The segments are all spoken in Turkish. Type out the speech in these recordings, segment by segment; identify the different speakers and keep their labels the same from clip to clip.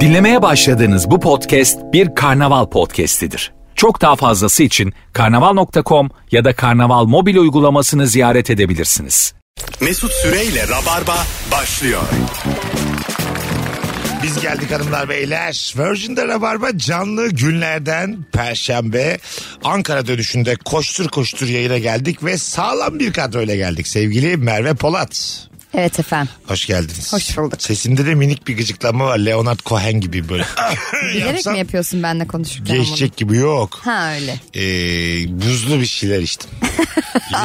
Speaker 1: Dinlemeye başladığınız bu podcast bir karnaval podcastidir. Çok daha fazlası için karnaval.com ya da karnaval mobil uygulamasını ziyaret edebilirsiniz.
Speaker 2: Mesut Süreyle Rabarba başlıyor.
Speaker 3: Biz geldik hanımlar beyler. Virgin'de Rabarba canlı günlerden Perşembe Ankara dönüşünde koştur koştur yayına geldik ve sağlam bir kadroyla geldik sevgili Merve Polat.
Speaker 4: Evet efendim.
Speaker 3: Hoş geldiniz.
Speaker 4: Hoş bulduk.
Speaker 3: Sesimde de minik bir gıcıklanma var. Leonard Cohen gibi böyle.
Speaker 4: Bilerek
Speaker 3: Yapsam
Speaker 4: mi yapıyorsun benle konuşurken
Speaker 3: Geçecek gibi yok.
Speaker 4: bunu? Ha öyle.
Speaker 3: Ee, buzlu bir şeyler içtim.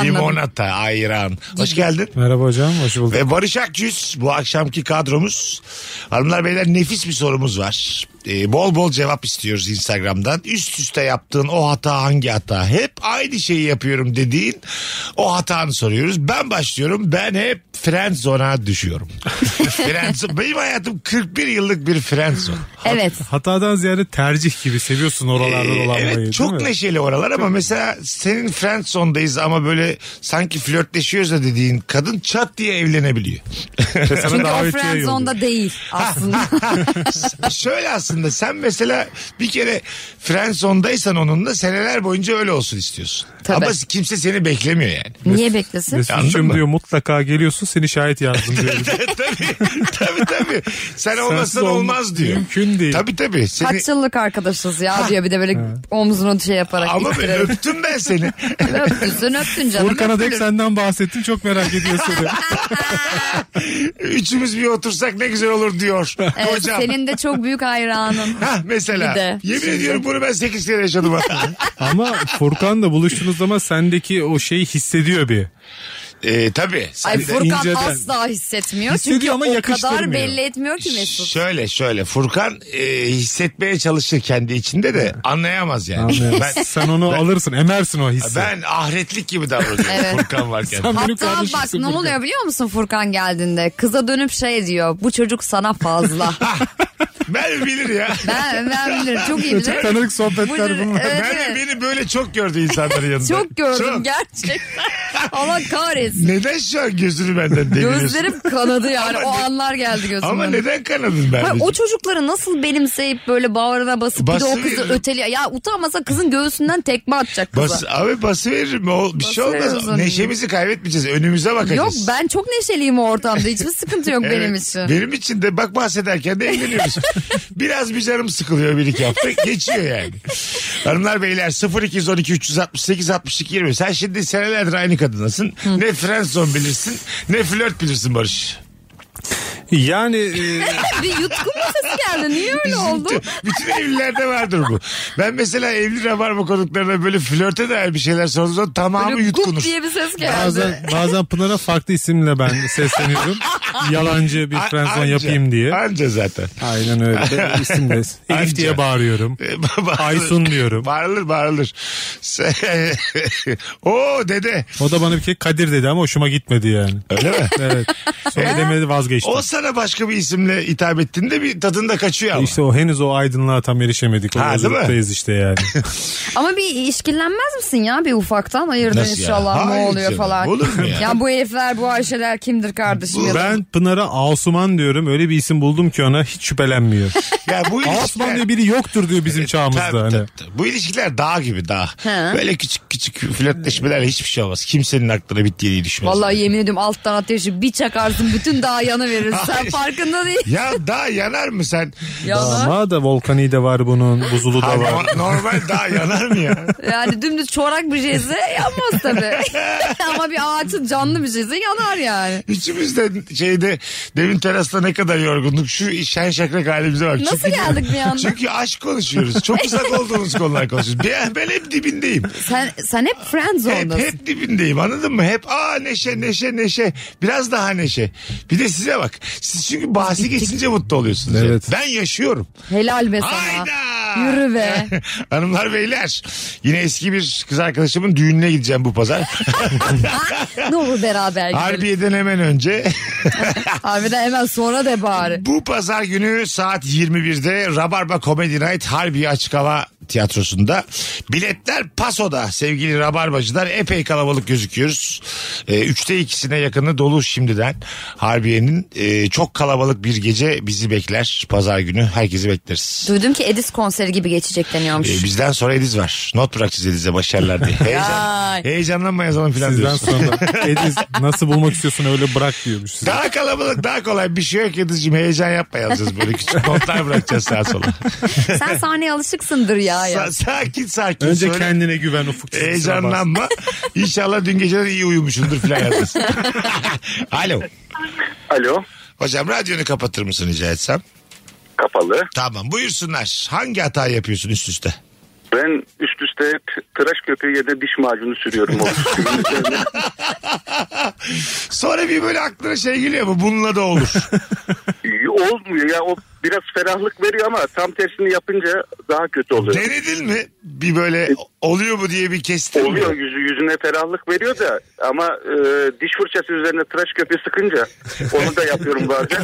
Speaker 3: Limonata, ayran. Hoş geldin.
Speaker 5: Merhaba hocam, hoş bulduk.
Speaker 3: Ve Barış Akçüz bu akşamki kadromuz. Hanımlar beyler nefis bir sorumuz var. Ee, bol bol cevap istiyoruz Instagram'dan. Üst üste yaptığın o hata hangi hata? Hep aynı şeyi yapıyorum dediğin o hatanı soruyoruz. Ben başlıyorum. Ben hep friendzone'a düşüyorum. friendzone. Benim hayatım 41 yıllık bir friendzone.
Speaker 4: Evet.
Speaker 5: Hatadan ziyade tercih gibi seviyorsun oralarda
Speaker 3: Ee,
Speaker 5: dolanmayı.
Speaker 3: evet
Speaker 5: değil
Speaker 3: çok
Speaker 5: mi?
Speaker 3: neşeli oralar ama mesela senin friendzone'dayız ama böyle sanki flörtleşiyoruz da dediğin kadın çat diye evlenebiliyor.
Speaker 5: Ve sana
Speaker 4: Çünkü o
Speaker 5: davetiye yolluyor.
Speaker 4: friendzone'da değil aslında.
Speaker 3: Şöyle aslında sen mesela bir kere Frenson'daysan onunla seneler boyunca öyle olsun istiyorsun.
Speaker 4: Tabii.
Speaker 3: Ama kimse seni beklemiyor yani.
Speaker 4: Niye beklesin?
Speaker 3: Anladın mı?
Speaker 5: Mesut'cum diyor mutlaka geliyorsun seni şahit yazdım diyor.
Speaker 3: tabii tabii tabii. Sen olmasan
Speaker 5: olma-
Speaker 3: olmaz diyor.
Speaker 5: Mümkün değil.
Speaker 3: Tabii tabii. Seni...
Speaker 4: Kaç yıllık arkadaşız ya diyor bir de böyle omzunu şey yaparak
Speaker 3: Ama ben
Speaker 4: ittirerek.
Speaker 3: öptüm ben seni.
Speaker 4: Öptüsün öptün canım.
Speaker 5: Furkan'a da hep senden bahsettim çok merak ediyorsun. diyor.
Speaker 3: Üçümüz bir otursak ne güzel olur diyor.
Speaker 4: Evet,
Speaker 3: Hocam.
Speaker 4: senin de çok büyük hayranın.
Speaker 3: Hah, mesela.
Speaker 4: Bir de.
Speaker 3: Yemin ediyorum bunu ben 8 kere yaşadım.
Speaker 5: Ama Furkan da buluştuğunuz zaman sendeki o şeyi hissediyor bir.
Speaker 3: ee, tabii. Sen
Speaker 4: Ay
Speaker 3: de-
Speaker 4: Furkan
Speaker 5: inceden.
Speaker 4: asla hissetmiyor.
Speaker 5: Hissediyor
Speaker 4: çünkü
Speaker 5: ama
Speaker 4: o kadar
Speaker 5: yakıştırmıyor.
Speaker 4: belli etmiyor ki Mesut.
Speaker 3: Şöyle şöyle Furkan e, hissetmeye çalışır kendi içinde de anlayamaz yani.
Speaker 5: Anlıyorum.
Speaker 3: Ben,
Speaker 5: Sen onu alırsın emersin o hissi.
Speaker 3: ben ahretlik gibi davranıyorum
Speaker 4: Evet.
Speaker 3: Furkan varken.
Speaker 5: Sen benim
Speaker 4: Hatta
Speaker 5: kardeşimsin
Speaker 4: bak ne
Speaker 5: Furkan.
Speaker 4: oluyor biliyor musun Furkan geldiğinde? Kıza dönüp şey diyor. Bu çocuk sana fazla.
Speaker 3: Ben bilir ya.
Speaker 4: ben, ben bilirim. Çok iyi bilirim.
Speaker 5: Tanıdık sohbetler
Speaker 4: Buyurun,
Speaker 5: bunlar.
Speaker 4: evet,
Speaker 3: Ben
Speaker 4: evet.
Speaker 3: beni böyle çok gördü insanların yanında.
Speaker 4: Çok gördüm
Speaker 3: Çok.
Speaker 4: gerçekten. Allah kahretsin.
Speaker 3: Neden şu an gözünü benden deviriyorsun?
Speaker 4: Gözlerim kanadı yani.
Speaker 3: Ama
Speaker 4: o
Speaker 3: ne-
Speaker 4: anlar geldi gözümden.
Speaker 3: Ama neden kanadın ben?
Speaker 4: o çocukları nasıl benimseyip böyle bağrına basıp bir de o kızı
Speaker 3: Basıveririm.
Speaker 4: öteliyor. Ya utanmasa kızın göğsünden tekme atacak kıza.
Speaker 3: Bas, abi bası veririm. O, bir şey olmaz.
Speaker 4: Basıveririz onu.
Speaker 3: Neşemizi kaybetmeyeceğiz. Önümüze
Speaker 4: Yok
Speaker 3: bakacağız.
Speaker 4: ben çok neşeliyim o ortamda. Hiçbir sıkıntı yok
Speaker 3: Evet.
Speaker 4: benim için.
Speaker 3: Benim için de bak bahsederken de eğleniyoruz. Biraz bir canım sıkılıyor bir iki hafta. Geçiyor yani. Hanımlar beyler 0212 368 62 20. Sen şimdi senelerdir aynı kadınasın. Ne friendzone bilirsin ne flört bilirsin Barış.
Speaker 5: Yani e,
Speaker 4: bir yutkunma sesi geldi. Niye öyle oldu?
Speaker 3: Bütün, bütün evlilerde vardır bu. Ben mesela evli rabarba konuklarına böyle flörte dair bir şeyler sorduğum zaman tamamı
Speaker 4: Böyle
Speaker 3: yutkunur.
Speaker 4: gup diye bir ses geldi.
Speaker 5: bazen, bazen Pınar'a farklı isimle ben sesleniyorum. Yalancı bir
Speaker 3: A-
Speaker 5: frenzon
Speaker 3: anca-
Speaker 5: yapayım diye.
Speaker 3: Anca zaten.
Speaker 5: Aynen öyle. İsim de
Speaker 3: Anca.
Speaker 5: Elif diye bağırıyorum.
Speaker 3: E, ba- bağırılır.
Speaker 5: Aysun diyorum.
Speaker 3: Bağırılır bağırılır. Se- Oo dede.
Speaker 5: O da bana bir kere Kadir dedi ama hoşuma gitmedi yani.
Speaker 3: Öyle mi?
Speaker 5: Evet. Sonra demedi vazgeçtim.
Speaker 3: O sana başka bir isimle hitap ettiğinde bir tadında kaçıyor ama.
Speaker 5: İşte o henüz o aydınlığa tam erişemedik. O
Speaker 3: Ha, değil mi?
Speaker 5: yolculuktayız işte yani.
Speaker 4: Ama bir işkillenmez misin ya bir ufaktan? Hayırdır
Speaker 3: Nasıl ya?
Speaker 4: inşallah ne
Speaker 3: Hayır
Speaker 4: oluyor
Speaker 3: canım,
Speaker 4: falan.
Speaker 3: olur mu ya?
Speaker 4: bu herifler bu Ayşeler kimdir kardeşim? ya da-
Speaker 5: ben Pınar'a Asuman diyorum. Öyle bir isim buldum ki ona hiç şüphelenmiyor.
Speaker 3: Ya bu
Speaker 5: Asuman
Speaker 3: ilişkiler...
Speaker 5: diye biri yoktur diyor bizim çağımızda.
Speaker 3: E, Tabii,
Speaker 5: hani.
Speaker 3: tabii, tabii. Bu ilişkiler dağ gibi dağ.
Speaker 4: Ha.
Speaker 3: Böyle küçük küçük flörtleşmelerle hiçbir şey olmaz. Kimsenin aklına bittiğini düşmez.
Speaker 4: Vallahi yemin ediyorum alttan ateşi bir çakarsın bütün dağı yanı verir. Sen
Speaker 3: Hayır.
Speaker 4: farkında değil.
Speaker 3: Ya dağ yanar mı sen?
Speaker 4: Yanar.
Speaker 5: Ama da volkaniği de var bunun. Buzulu
Speaker 3: Ha,
Speaker 5: da var.
Speaker 3: no- normal dağ yanar mı ya?
Speaker 4: Yani dümdüz çorak bir şeyse yanmaz tabii. Ama bir ağaçın canlı bir şeyse yanar yani.
Speaker 3: Üçümüz de şeyde demin terasta ne kadar yorgunduk. Şu şen şakrak halimize bak.
Speaker 4: Nasıl
Speaker 3: Çünkü-
Speaker 4: geldik bir anda?
Speaker 3: Çünkü aşk konuşuyoruz. Çok uzak olduğumuz konular konuşuyoruz. Ben, ben hep dibindeyim.
Speaker 4: Sen sen hep friend
Speaker 3: Hep,
Speaker 4: zone'dasın.
Speaker 3: hep dibindeyim anladın mı? Hep aa neşe neşe neşe. Biraz daha neşe. Bir de size bak. Siz çünkü bahsi geçince mutlu oluyorsunuz.
Speaker 5: Evet.
Speaker 3: Ben yaşıyorum.
Speaker 4: Helal be sana.
Speaker 3: Hayda.
Speaker 4: Yürü be.
Speaker 3: Hanımlar beyler. Yine eski bir kız arkadaşımın düğününe gideceğim bu pazar.
Speaker 4: Ne olur beraber gidelim. Harbi.
Speaker 3: Harbiye'den hemen önce.
Speaker 4: Harbiden hemen sonra de bari.
Speaker 3: Bu pazar günü saat 21'de Rabarba Comedy Night Harbiye Açık Hava tiyatrosunda. Biletler pasoda sevgili rabarbacılar. Epey kalabalık gözüküyoruz. E, üçte ikisine yakını dolu şimdiden. Harbiye'nin e, çok kalabalık bir gece bizi bekler. Pazar günü herkesi bekleriz.
Speaker 4: Duydum ki Edis konseri gibi geçecek deniyormuş.
Speaker 3: E, bizden sonra Ediz var. Not bırakacağız Ediz'e başarılar diye. Heyecan,
Speaker 4: Vay.
Speaker 3: heyecanlanma yazalım filan
Speaker 5: Sizden
Speaker 3: diyoruz.
Speaker 5: sonra Ediz nasıl bulmak istiyorsun öyle bırak diyormuş size.
Speaker 3: Daha kalabalık daha kolay bir şey yok Yıldız'cığım heyecan yapma yazacağız böyle küçük notlar bırakacağız sağa sola.
Speaker 4: Sen sahneye alışıksındır ya. ya.
Speaker 3: Sa- sakin sakin
Speaker 5: Önce
Speaker 3: söyle. E,
Speaker 5: kendine güven ufuk çizgisine bas.
Speaker 3: Heyecanlanma. İnşallah dün geceden iyi uyumuşsundur filan yazarsın. Alo.
Speaker 6: Alo.
Speaker 3: Hocam radyonu kapatır mısın rica etsem?
Speaker 6: Kapalı.
Speaker 3: Tamam buyursunlar. Hangi hata yapıyorsun üst üste?
Speaker 6: Ben üst üste t- tıraş köpüğü ya da diş macunu sürüyorum. O üstümün üzerine.
Speaker 3: Sonra bir böyle aklına şey geliyor mu? Bununla da olur.
Speaker 6: Olmuyor ya o biraz ferahlık veriyor ama tam tersini yapınca daha kötü oluyor.
Speaker 3: Denedin mi? Bir böyle oluyor mu diye bir kestin mi?
Speaker 6: Oluyor yüzü, yüzüne ferahlık veriyor da ama e, diş fırçası üzerine tıraş köpüğü sıkınca onu da yapıyorum bazen.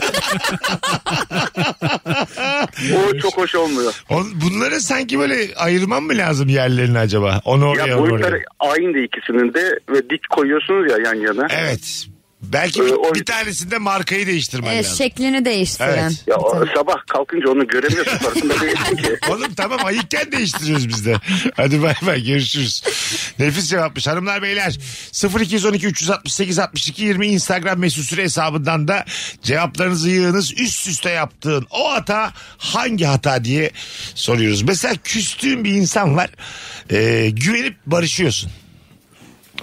Speaker 6: o çok hoş olmuyor.
Speaker 3: On- Bunları sanki böyle ayırman mı lazım yerlerini acaba? Onu oraya
Speaker 6: Ya
Speaker 3: onu oraya.
Speaker 6: boyutları aynı ikisinin de ve dik koyuyorsunuz ya yan yana.
Speaker 3: Evet. Belki
Speaker 6: Ee,
Speaker 3: bir,
Speaker 6: o-
Speaker 3: bir tanesinde markayı değiştirmen
Speaker 4: Evet,
Speaker 3: lazım.
Speaker 4: şeklini değiştiren.
Speaker 3: Evet.
Speaker 6: Ya o- sabah kalkınca onu göremiyorsun farkında değilsin ki.
Speaker 3: Oğlum tamam ayıkken değiştiriyoruz biz de. Hadi bay bay görüşürüz. Nefis cevapmış hanımlar beyler. 0212 368 62 20 Instagram mesut süre hesabından da cevaplarınızı yığınız. Üst üste yaptığın o hata hangi hata diye soruyoruz. Mesela küstüğün bir insan var. Ee, güvenip barışıyorsun.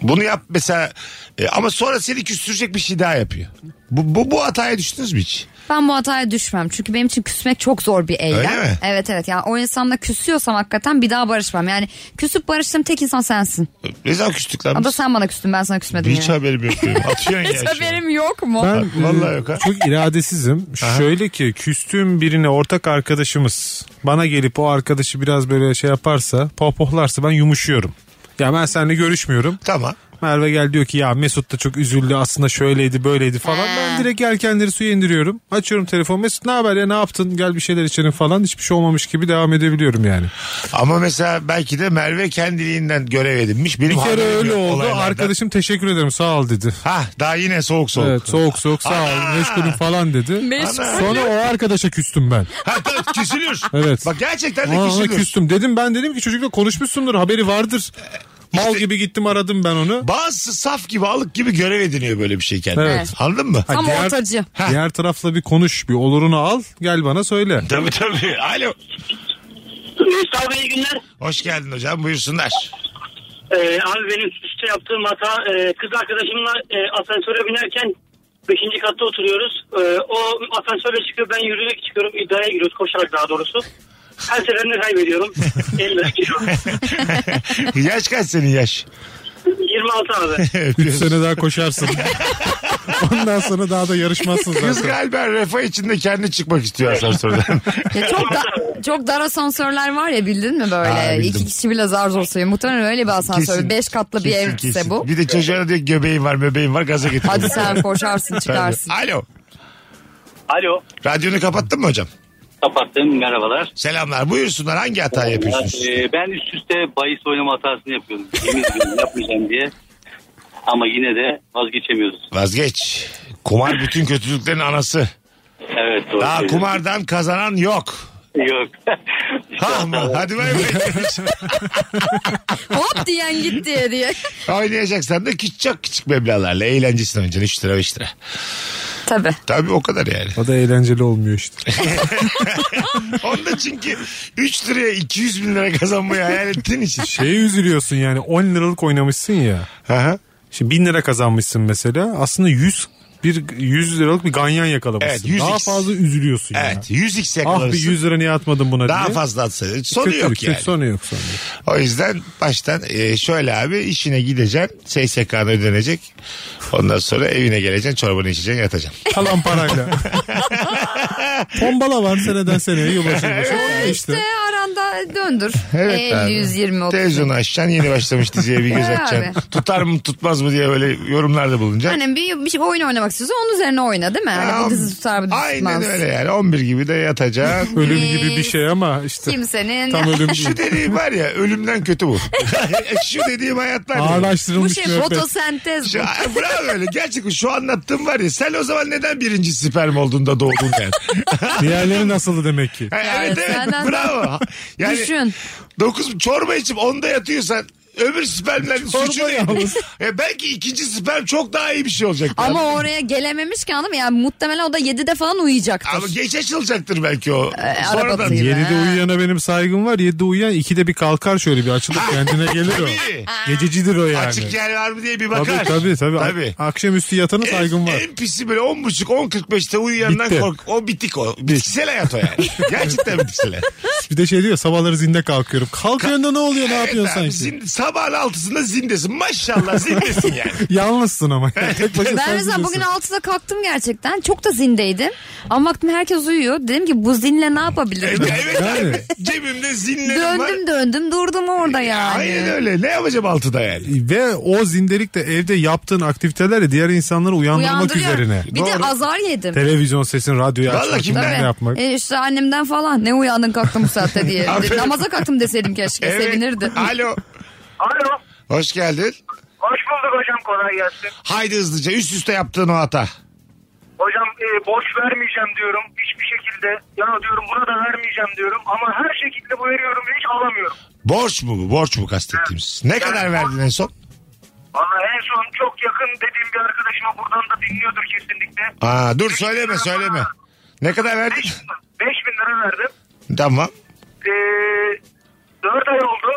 Speaker 3: Bunu yap mesela e, ama sonra seni küstürecek bir şey daha yapıyor. Bu, bu, bu hataya düştünüz mü hiç?
Speaker 4: Ben bu hataya düşmem. Çünkü benim için küsmek çok zor bir eylem.
Speaker 3: Öyle mi?
Speaker 4: Evet evet. Yani o insanla küsüyorsam hakikaten bir daha barışmam. Yani küsüp barıştığım tek insan sensin.
Speaker 3: Ne zaman küstük lan
Speaker 4: O da
Speaker 3: biz?
Speaker 4: sen bana küstün ben sana küsmedim.
Speaker 3: Hiç şey
Speaker 4: yani.
Speaker 3: haberim yok. benim. Atıyorsun ya
Speaker 4: Hiç
Speaker 3: şu an.
Speaker 4: haberim yok mu?
Speaker 5: Ben
Speaker 3: Bak, vallahi
Speaker 5: e,
Speaker 3: yok ha.
Speaker 5: çok iradesizim. Şöyle ki küstüğüm birine ortak arkadaşımız bana gelip o arkadaşı biraz böyle şey yaparsa pohpohlarsa ben yumuşuyorum. Ya ben seninle görüşmüyorum.
Speaker 3: Tamam.
Speaker 5: Merve gel diyor ki ya Mesut da çok üzüldü aslında şöyleydi böyleydi falan. Ben direkt yelkenleri suya indiriyorum. Açıyorum telefon Mesut ne haber ya ne yaptın gel bir şeyler içelim falan. Hiçbir şey olmamış gibi devam edebiliyorum yani.
Speaker 3: Ama mesela belki de Merve kendiliğinden görev edinmiş. Benim
Speaker 5: Bir kere
Speaker 3: haberim
Speaker 5: öyle
Speaker 3: yok
Speaker 5: oldu
Speaker 3: olaylardan.
Speaker 5: arkadaşım teşekkür ederim sağ ol dedi.
Speaker 3: Ha daha yine soğuk soğuk.
Speaker 5: Evet soğuk soğuk sağ
Speaker 3: Ana!
Speaker 5: ol meşgulüm falan dedi. Sonra o arkadaşa küstüm ben.
Speaker 3: Ha tamam küsülür.
Speaker 5: Evet.
Speaker 3: Bak gerçekten de
Speaker 5: Aa, ona
Speaker 3: küsülür.
Speaker 5: küstüm dedim ben dedim ki çocukla konuşmuşsundur haberi vardır. Mal
Speaker 3: İşte-
Speaker 5: gibi gittim aradım ben onu.
Speaker 3: Bazısı saf gibi alık gibi görev ediniyor böyle bir şey kendine.
Speaker 5: Evet.
Speaker 3: Anladın mı?
Speaker 5: Ha,
Speaker 4: Tam ortacı.
Speaker 3: Ha.
Speaker 5: Diğer tarafla bir konuş bir olurunu al gel bana söyle.
Speaker 3: Tabii tabii. Alo.
Speaker 7: Mesut Bey iyi günler.
Speaker 3: Hoş geldin hocam buyursunlar.
Speaker 7: Ee, abi benim işte yaptığım hata e, kız arkadaşımla e, asansöre binerken 5. katta oturuyoruz. E, o asansöre çıkıyor ben yürüyerek çıkıyorum iddiaya giriyoruz koşarak daha doğrusu. Her seferinde kaybediyorum. Elleri gidiyor.
Speaker 3: yaş kaç senin yaş?
Speaker 7: 26 abi.
Speaker 5: 3 sene daha koşarsın. Ondan sonra daha da yarışmazsın
Speaker 3: Kız
Speaker 5: zaten.
Speaker 3: galiba refah içinde kendi çıkmak istiyor asansörden.
Speaker 4: Ya çok da- çok dar asansörler var ya bildin mi böyle?
Speaker 3: Ha, bildim.
Speaker 4: İki kişi bile zar zor sığıyor. Muhtemelen öyle bir asansör.
Speaker 3: Kesin.
Speaker 4: Beş katlı bir
Speaker 3: Kesin,
Speaker 4: evse
Speaker 3: kesin.
Speaker 4: bu.
Speaker 3: Bir de çocuğa diyor ki, göbeğin var möbeğin var gaza getir.
Speaker 4: Hadi sen koşarsın çıkarsın.
Speaker 3: Alo.
Speaker 7: Alo.
Speaker 3: Radyonu kapattın mı hocam?
Speaker 7: Kapattım merhabalar. Ee,
Speaker 3: Selamlar. Buyursunlar hangi hata yapıyorsunuz?
Speaker 7: ben üst üste bahis oynama hatasını yapıyorum. Yemin ediyorum yapmayacağım diye. Ama yine de vazgeçemiyoruz.
Speaker 3: Vazgeç. Kumar bütün kötülüklerin anası.
Speaker 7: Evet doğru.
Speaker 3: Daha kumardan kazanan yok.
Speaker 7: Yok.
Speaker 3: Ha mı? Hadi bay bay.
Speaker 4: Hop diyen gitti diye.
Speaker 3: Oynayacaksan da küçük, çok küçük meblağlarla eğlencesini oynayacaksın. 3 lira 5 lira.
Speaker 4: Tabii.
Speaker 3: Tabii o kadar yani.
Speaker 5: O da eğlenceli olmuyor
Speaker 3: E,
Speaker 5: işte.
Speaker 3: Onda çünkü 3 liraya 200 bin lira kazanmayı hayal ettiğin için.
Speaker 5: Şeye üzülüyorsun yani 10 liralık oynamışsın ya.
Speaker 3: Aha.
Speaker 5: Şimdi 1000 lira kazanmışsın mesela. Aslında 100 bir 100 liralık bir ganyan
Speaker 3: Evet,
Speaker 5: yakalamışsın.
Speaker 3: 100x.
Speaker 5: daha fazla üzülüyorsun ya.
Speaker 3: Evet 100 x
Speaker 5: Ah bir
Speaker 3: yakalarsın.
Speaker 5: 100 lira niye atmadım buna
Speaker 3: Daha
Speaker 5: diye.
Speaker 3: fazla atsa. Sonu
Speaker 5: Kötülük,
Speaker 3: yok
Speaker 5: kötü,
Speaker 3: yani.
Speaker 5: Sonu yok sonu. yok.
Speaker 3: O yüzden baştan e, şöyle abi işine gideceksin. SSK'na ödenecek. Ondan sonra evine geleceksin. Çorbanı içeceksin yatacaksın.
Speaker 5: Kalan parayla. Tombala var seneden seneye yılbaşı yılbaşı. İşte.
Speaker 4: İşte aranda Döndür döndür.
Speaker 3: Evet abi.
Speaker 4: 120 30.
Speaker 3: Televizyonu açacaksın yeni başlamış diziye bir göz
Speaker 4: Evet
Speaker 3: açacaksın. Tutar mı tutmaz mı diye böyle yorumlarda bulunacaksın.
Speaker 4: Hani bir, bir şey- oyun oynamak istiyorsan onun üzerine oyna değil mi? Hani bu dizi tutar mı dizi
Speaker 3: Aynen
Speaker 4: tutmaz.
Speaker 3: öyle yani 11 gibi de yatacaksın.
Speaker 5: Ölüm gibi bir şey ama işte.
Speaker 4: Kimsenin
Speaker 5: Tam ölüm gibi.
Speaker 3: Şu dediğim var ya ölümden kötü bu. Şu dediğim hayatlar. ya.
Speaker 4: bu
Speaker 5: Ağırlaştırılmış
Speaker 4: şey
Speaker 5: müebbet.
Speaker 4: fotosentez. bu.
Speaker 3: Şu, Ay, bravo öyle. Gerçekten şu anlattığım var ya. Sen o zaman neden birinci sperm olduğunda doğdun yani?
Speaker 5: Diğerleri nasıldı demek ki?
Speaker 3: Ha, evet
Speaker 4: Evet,
Speaker 3: evet
Speaker 4: senden-
Speaker 3: bravo. Yani
Speaker 4: Düşün.
Speaker 3: 9 çorba içip onda yatıyorsan öbür spermlerin
Speaker 5: Çorba
Speaker 3: suçu ne?
Speaker 5: yalnız.
Speaker 3: E, belki ikinci sperm çok daha iyi bir şey olacak.
Speaker 4: Ama oraya gelememiş ki anladın mı? Yani muhtemelen o da 7'de falan uyuyacaktır.
Speaker 3: Ama geç açılacaktır belki o.
Speaker 4: Ee, araba
Speaker 3: Sonradan.
Speaker 4: atıyor.
Speaker 5: 7'de uyuyana benim saygım var. 7'de uyuyan 2'de bir kalkar şöyle bir açılıp kendine gelir o.
Speaker 3: Tabii.
Speaker 5: Gececidir o yani.
Speaker 3: Açık yer var mı diye bir
Speaker 5: Tabii
Speaker 3: bakar.
Speaker 5: tabii tabii.
Speaker 3: Tabii.
Speaker 5: Akşamüstü yatana saygım var.
Speaker 3: En pisi böyle 10.30 10.45'te uyuyandan
Speaker 5: Bitti.
Speaker 3: kork. O bitik o. Bitkisel hayat o yani. Gerçekten bitkisel hayat.
Speaker 5: Bir de şey diyor sabahları zinde kalkıyorum. Kalkıyorsun da ne oluyor ne yapıyorsun
Speaker 3: Abi,
Speaker 5: sanki?
Speaker 3: zin- sabahın altısında zindesin. Maşallah zindesin yani.
Speaker 5: Yalnızsın ama. yani. Tek başına
Speaker 4: Ben
Speaker 5: sen
Speaker 4: mesela bugün
Speaker 5: biliyorsun.
Speaker 4: 6'da kalktım gerçekten. Çok da zindeydim. Ama baktım herkes uyuyor. Dedim ki bu zinle ne yapabilirim?
Speaker 3: evet
Speaker 5: Yani.
Speaker 3: abi. Cebimde zinlerim var.
Speaker 4: döndüm döndüm durdum orada yani.
Speaker 3: Aynen öyle. Ne yapacağım altıda yani?
Speaker 5: Ve o zindelik de evde yaptığın aktivitelerle diğer insanları uyandırmak
Speaker 4: Uyandırıyor.
Speaker 5: üzerine.
Speaker 4: Bir de
Speaker 3: Doğru.
Speaker 4: azar yedim.
Speaker 5: Televizyon sesini, radyoyu
Speaker 3: Vallahi
Speaker 5: açmak,
Speaker 3: kimden?
Speaker 5: ne
Speaker 4: Tabii.
Speaker 5: yapmak.
Speaker 4: E işte annemden falan ne uyandın kalktın bu saatte diye.
Speaker 3: Aferin.
Speaker 4: Namaza kalktım deseydim keşke
Speaker 3: Evet.
Speaker 4: sevinirdim.
Speaker 3: Alo.
Speaker 7: Alo.
Speaker 3: Hoş geldin.
Speaker 7: Hoş bulduk hocam kolay gelsin.
Speaker 3: Haydi hızlıca üst üste yaptığın o hata.
Speaker 7: Hocam e, borç vermeyeceğim diyorum hiçbir şekilde. Ya diyorum buna da vermeyeceğim diyorum ama her şekilde bu veriyorum ve hiç alamıyorum.
Speaker 3: Borç mu bu? Borç mu kastettiğimiz? Ne kadar verdin en son?
Speaker 7: Valla en son çok yakın dediğim bir arkadaşıma buradan da dinliyordur kesinlikle.
Speaker 3: Aa, dur söyleme söyleme. Ne kadar verdin?
Speaker 7: 5 bin lira verdim.
Speaker 3: tamam.
Speaker 7: E, 4 ay oldu.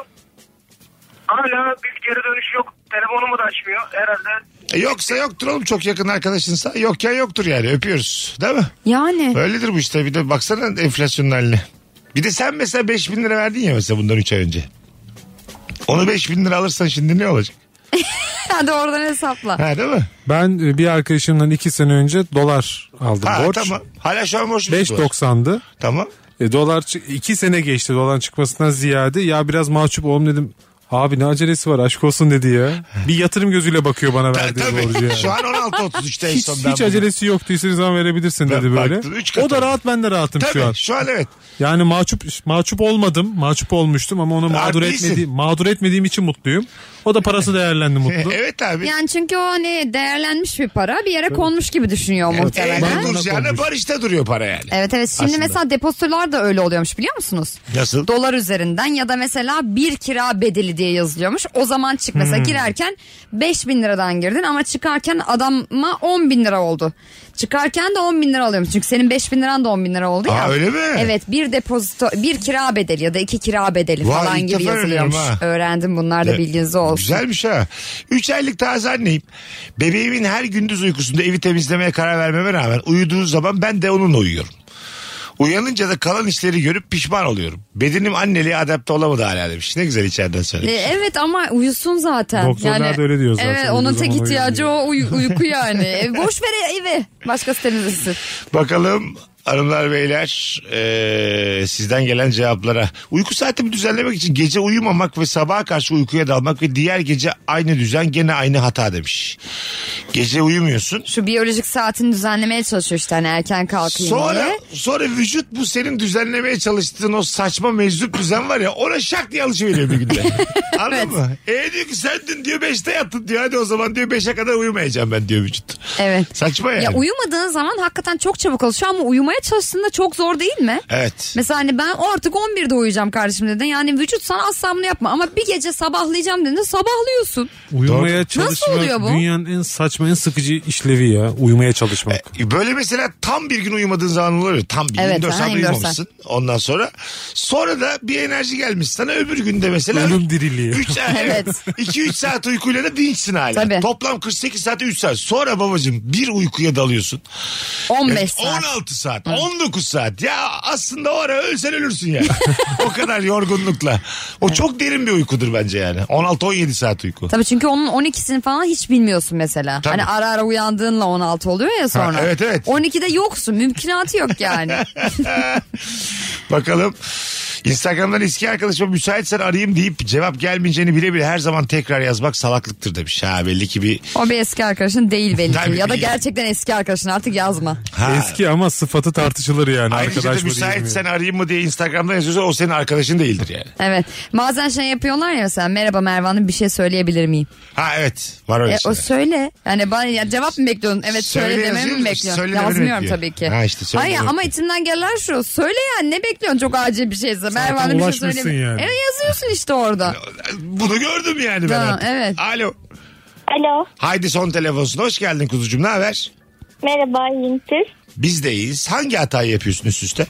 Speaker 7: Hala bir geri dönüş yok. Telefonumu da açmıyor herhalde.
Speaker 3: E, Yoksa yoktur oğlum çok yakın arkadaşınsa. Yokken yoktur yani öpüyoruz. Değil mi?
Speaker 4: Yani.
Speaker 3: Öyledir bu işte bir de baksana enflasyonun haline. Bir de sen mesela 5 bin lira verdin ya mesela bundan 3 ay önce. Onu 5 bin lira alırsan şimdi ne olacak?
Speaker 4: Hadi oradan hesapla.
Speaker 3: Ha değil mi?
Speaker 5: Ben e, bir arkadaşımdan iki sene önce dolar aldım
Speaker 3: Ha
Speaker 5: borç.
Speaker 3: tamam. Hala şu an borç
Speaker 5: 5.90'dı.
Speaker 3: Tamam.
Speaker 5: E, dolar çı- iki sene geçti doların çıkmasından ziyade ya biraz mahcup oğlum dedim. Abi ne acelesi var aşk olsun dedi ya. Bir yatırım gözüyle bakıyor bana
Speaker 3: Ha,
Speaker 5: verdiği borcu
Speaker 3: tabii.
Speaker 5: yani.
Speaker 3: Şu an 16.33'te en
Speaker 5: Hiç,
Speaker 3: son. ben
Speaker 5: hiç
Speaker 3: bunu-
Speaker 5: acelesi yoktu istediğin zaman verebilirsin
Speaker 3: Ben
Speaker 5: dedi böyle.
Speaker 3: baktım, üç kat
Speaker 5: O da
Speaker 3: oldu.
Speaker 5: rahat ben de rahatım
Speaker 3: Tabii
Speaker 5: şu an.
Speaker 3: evet.
Speaker 5: Yani mahcup mahcup olmadım. Mahcup olmuştum ama onu mağdur
Speaker 3: değilsin.
Speaker 5: etmediğim mağdur etmediğim için mutluyum. O da parası değerlendi mutlu.
Speaker 3: evet abi.
Speaker 4: Yani çünkü o hani değerlenmiş bir para bir yere konmuş gibi düşünüyor
Speaker 3: Evde
Speaker 4: muhtemelen.
Speaker 3: duracağına barışta duruyor para yani.
Speaker 4: Evet evet şimdi
Speaker 3: Aslında.
Speaker 4: mesela depozitolar da öyle oluyormuş biliyor musunuz?
Speaker 3: Nasıl?
Speaker 4: Dolar üzerinden ya da mesela bir kira bedeli diye yazılıyormuş. O zaman çık mesela
Speaker 3: Hmm.
Speaker 4: girerken 5 bin liradan girdin ama çıkarken adama 10 bin lira oldu. Çıkarken de 10 bin lira alıyormuş çünkü senin 5 bin liran da 10 bin lira oldu ya.
Speaker 3: Aa, öyle mi?
Speaker 4: Evet bir depozito bir kira bedeli ya da iki kira bedeli
Speaker 3: Vay,
Speaker 4: falan
Speaker 3: ilk
Speaker 4: gibi
Speaker 3: defa öğreniyorum
Speaker 4: yazılıyormuş.
Speaker 3: ha.
Speaker 4: Öğrendim bunlar da bilginiz olsun.
Speaker 3: Güzelmiş ha. 3 aylık taze anneyim. Bebeğimin her gündüz uykusunda evi temizlemeye karar vermeme rağmen uyuduğu zaman ben de onunla uyuyorum. Uyanınca da kalan işleri görüp pişman oluyorum. Bedenim anneliğe adapte olamadı hala demiş. Ne güzel içeriden
Speaker 4: E,
Speaker 3: söylemiş.
Speaker 4: Evet ama uyusun zaten.
Speaker 5: Doktorlar da öyle diyor zaten.
Speaker 4: Evet
Speaker 5: Uyuduğu
Speaker 4: onun tek
Speaker 5: zaman
Speaker 4: ihtiyacı o uy- uyku yani. E, boş ver evi. Başkası temizlesin.
Speaker 3: Bakalım hanımlar beyler eee, sizden gelen cevaplara. Uyku saatimi düzenlemek için gece uyumamak ve sabaha karşı uykuya dalmak ve diğer gece aynı düzen gene aynı hata demiş. Gece uyumuyorsun.
Speaker 4: Şu biyolojik saatini düzenlemeye çalışıyor işte hani erken kalkayım
Speaker 3: Sonra
Speaker 4: diye.
Speaker 3: sonra vücut bu senin düzenlemeye çalıştığın o saçma meczup düzen var ya ona şak diye alışıveriyor bir günde. Anladın mı? E diyor ki sen dün diyor 5'te yattın diyor hadi o zaman diyor 5'e kadar uyumayacağım ben diyor vücut.
Speaker 4: Evet.
Speaker 3: Saçma yani.
Speaker 4: Ya uyumadığın zaman hakikaten çok çabuk alışıyor ama uyumaya çalıştığında çok zor değil mi?
Speaker 3: evet.
Speaker 4: Mesela hani ben artık 11'de uyuyacağım kardeşim dedin. Yani vücut sana asla bunu yapma ama bir gece sabahlayacağım dediğinde sabahlıyorsun.
Speaker 5: Uyumaya
Speaker 3: Doğru.
Speaker 5: çalışmak
Speaker 4: oluyor bu?
Speaker 5: dünyanın en saçma en sıkıcı işlevi ya. Uyumaya çalışmak.
Speaker 3: Böyle mesela tam bir gün uyumadığın zaman oluyor. ya, Tam bir
Speaker 4: Evet,
Speaker 3: 24 saat
Speaker 4: aynen, 24
Speaker 3: uyumamışsın. Ondan sonra sonra da bir enerji gelmiş sana öbür günde mesela.
Speaker 5: Ölüm diriliği.
Speaker 3: 3 saat, evet.
Speaker 4: Evet.
Speaker 3: 2-3 saat uykuyla da dinçsin hala.
Speaker 4: Tabii.
Speaker 3: Toplam 48 saat 3 saat. Sonra babacığım bir uykuya dalıyorsun.
Speaker 4: 15
Speaker 3: Yani
Speaker 4: saat.
Speaker 3: 16 saat, 19 saat. Ya aslında o ara ölsen ölürsün ya. o kadar yorgunlukla. O çok derin bir uykudur bence yani. 16-17 saat uyku.
Speaker 4: Tabii çünkü onun 12'sini falan hiç bilmiyorsun mesela.
Speaker 3: Tabii.
Speaker 4: Hani ara ara uyandığınla 16 oluyor ya sonra.
Speaker 3: evet, evet.
Speaker 4: 12'de yoksun. Mümkünatı yok yani.
Speaker 3: Bakalım Instagram'dan eski arkadaşıma müsaitsen arayayım deyip cevap gelmeyeceğini bile bile her zaman tekrar yazmak salaklıktır demiş. Ha belli ki bir...
Speaker 4: O bir eski arkadaşın değil belli
Speaker 3: Tabii
Speaker 4: ki. Ya da
Speaker 3: değil.
Speaker 4: gerçekten eski arkadaşın artık yazma.
Speaker 3: Ha.
Speaker 5: Eski ama sıfatı tartışılır yani.
Speaker 3: Ayrıca da
Speaker 5: Arkadaş mı değil mi?
Speaker 3: müsaitsen arayayım mı diye Instagram'dan yazıyorsa o senin arkadaşın değildir yani.
Speaker 4: Evet. Bazen şey yapıyorlar ya mesela merhaba Mervan'ın bir şey söyleyebilir miyim?
Speaker 3: Ha evet var öyle
Speaker 4: E, o
Speaker 3: şeyler.
Speaker 4: söyle. Yani bana ya cevap mı bekliyorsun? Evet söyle,
Speaker 3: Söyle
Speaker 4: dememi mi
Speaker 3: yazıyor,
Speaker 4: bekliyorsun?
Speaker 3: söyle demeni
Speaker 4: Yazmıyorum
Speaker 3: bekliyor.
Speaker 4: tabii ki.
Speaker 3: Ha, işte söyle
Speaker 4: Hayır
Speaker 3: demeni
Speaker 4: ama
Speaker 3: bekliyor.
Speaker 4: içimden gelen şu. Söyle yani ne bekliyorsun çok acil bir şeyse. Mervan'a bir şey
Speaker 5: ulaşmışsın
Speaker 4: söyleyeyim.
Speaker 5: yani.
Speaker 4: E, yazıyorsun işte orada.
Speaker 3: Bunu gördüm yani ben.
Speaker 4: Ha,
Speaker 3: artık.
Speaker 4: evet.
Speaker 3: Alo.
Speaker 8: Alo.
Speaker 3: Haydi son telefonsun. Hoş geldin kuzucuğum. Ne haber?
Speaker 8: Merhaba Yintir.
Speaker 3: Biz deyiz. Hangi hatayı yapıyorsun üst üste?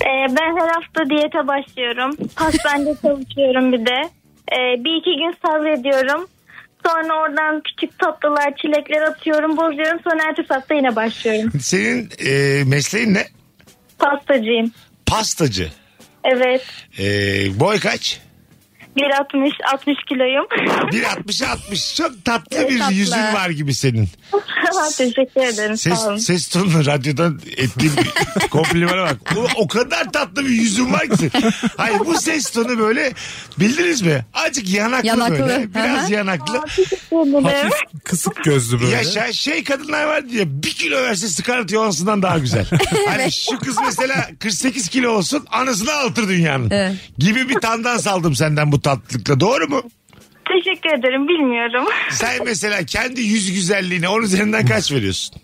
Speaker 8: Ee, ben her hafta diyete başlıyorum. Hastanede çalışıyorum bir de. Ee, bir iki gün sabrediyorum. Sonra oradan küçük tatlılar, çilekler atıyorum, bozuyorum. Sonra ertesi hafta yine başlıyorum.
Speaker 3: Senin e, mesleğin ne?
Speaker 8: Pastacıyım.
Speaker 3: Pastacı.
Speaker 8: Evet.
Speaker 3: E, boy kaç?
Speaker 8: 1.60, 60 kiloyum.
Speaker 3: 1.60 60. Çok tatlı bir
Speaker 4: tatlı.
Speaker 3: yüzün var gibi senin.
Speaker 8: Teşekkür ederim.
Speaker 3: Ses
Speaker 8: Sağ olun.
Speaker 3: ses tonunu radyodan ettiğim bir komplimana bak. O, o kadar tatlı bir yüzün var ki. senin. Hayır bu ses tonu böyle bildiniz mi? Azıcık yanaklı,
Speaker 4: Yanaklı.
Speaker 3: böyle. Biraz
Speaker 4: Aha.
Speaker 3: yanaklı.
Speaker 8: Teşekkür ederim.
Speaker 5: Hafif kısık gözlü böyle.
Speaker 3: Yaşa şey kadınlar var diye bir kilo verse Scarlett Johansson'dan daha güzel. Hani şu kız mesela 48 kilo olsun anasını altır dünyanın.
Speaker 4: Evet.
Speaker 3: Gibi bir tandans aldım senden bu tatlılıkla doğru mu?
Speaker 8: Teşekkür ederim. Bilmiyorum.
Speaker 3: Sen mesela kendi yüz güzelliğine onun üzerinden kaç veriyorsun?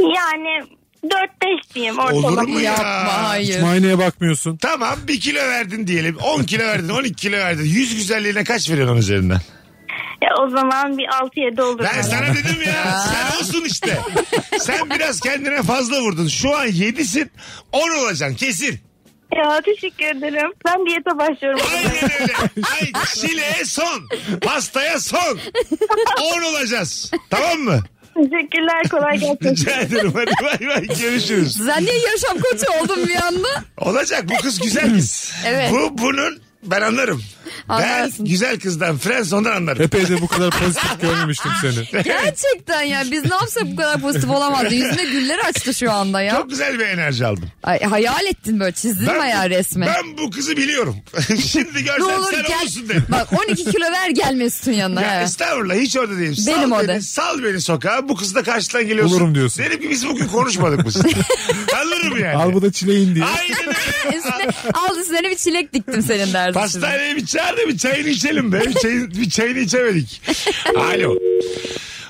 Speaker 8: Yani 4-5 diyeyim
Speaker 3: Olur
Speaker 8: ortalama.
Speaker 3: mu ya?
Speaker 4: Yapma hayır.
Speaker 5: Hiç Muayeneye bakmıyorsun.
Speaker 3: Tamam bir kilo verdin diyelim. 10 kilo verdin 12 kilo verdin. Yüz güzelliğine kaç veriyorsun onun üzerinden?
Speaker 8: Ya o zaman bir 6-7 olur.
Speaker 3: Ben sana dedim ya sen olsun işte. Sen biraz kendine fazla vurdun. Şu an 7'sin 10 olacaksın kesin.
Speaker 8: Ya teşekkür ederim. Ben diyete başlıyorum.
Speaker 3: Aynen öyle. Ay çileğe son. Pastaya son. 10 olacağız. Tamam mı?
Speaker 8: Teşekkürler. Kolay gelsin.
Speaker 3: Rica ederim. Hadi bay bay görüşürüz.
Speaker 4: Sen niye yaşam koçu oldun bir anda?
Speaker 3: Olacak bu kız güzel kız.
Speaker 4: Evet.
Speaker 3: Bu bunun ben anlarım.
Speaker 4: Anlarsın.
Speaker 3: Ben güzel kızdan Frenson'dan anlarım.
Speaker 5: Epey de bu kadar pozitif görmemiştim seni.
Speaker 4: Gerçekten ya biz ne yapsak bu kadar pozitif olamazdı. Yüzüne güller açtı şu anda ya.
Speaker 3: Çok güzel bir enerji aldım.
Speaker 4: Ay, hayal ettin böyle çizdin mi ya resmi?
Speaker 3: ben bu kızı biliyorum. Şimdi
Speaker 4: Ne
Speaker 3: görsen
Speaker 4: olur
Speaker 3: sen
Speaker 4: gel.
Speaker 3: olursun dedim.
Speaker 4: Bak 12 kilo ver gel Mesut'un yanına.
Speaker 3: Ya
Speaker 4: he.
Speaker 3: estağfurullah hiç orada değilim. Sal
Speaker 4: Benim
Speaker 3: beni,
Speaker 4: orada.
Speaker 3: Sal beni sokağa. Bu kızla karşıdan geliyorsun.
Speaker 5: Olurum diyorsun.
Speaker 3: Derim ki biz bugün konuşmadık mı? Alırım yani.
Speaker 5: Al bu da çileğin diye.
Speaker 3: Aynen öyle.
Speaker 4: Üstüne, al üstüne bir çilek diktim senin derdin.
Speaker 3: Pastaneye bir çağır da bir çayını içelim be. Bir, çayın, bir çayını içemedik. Alo.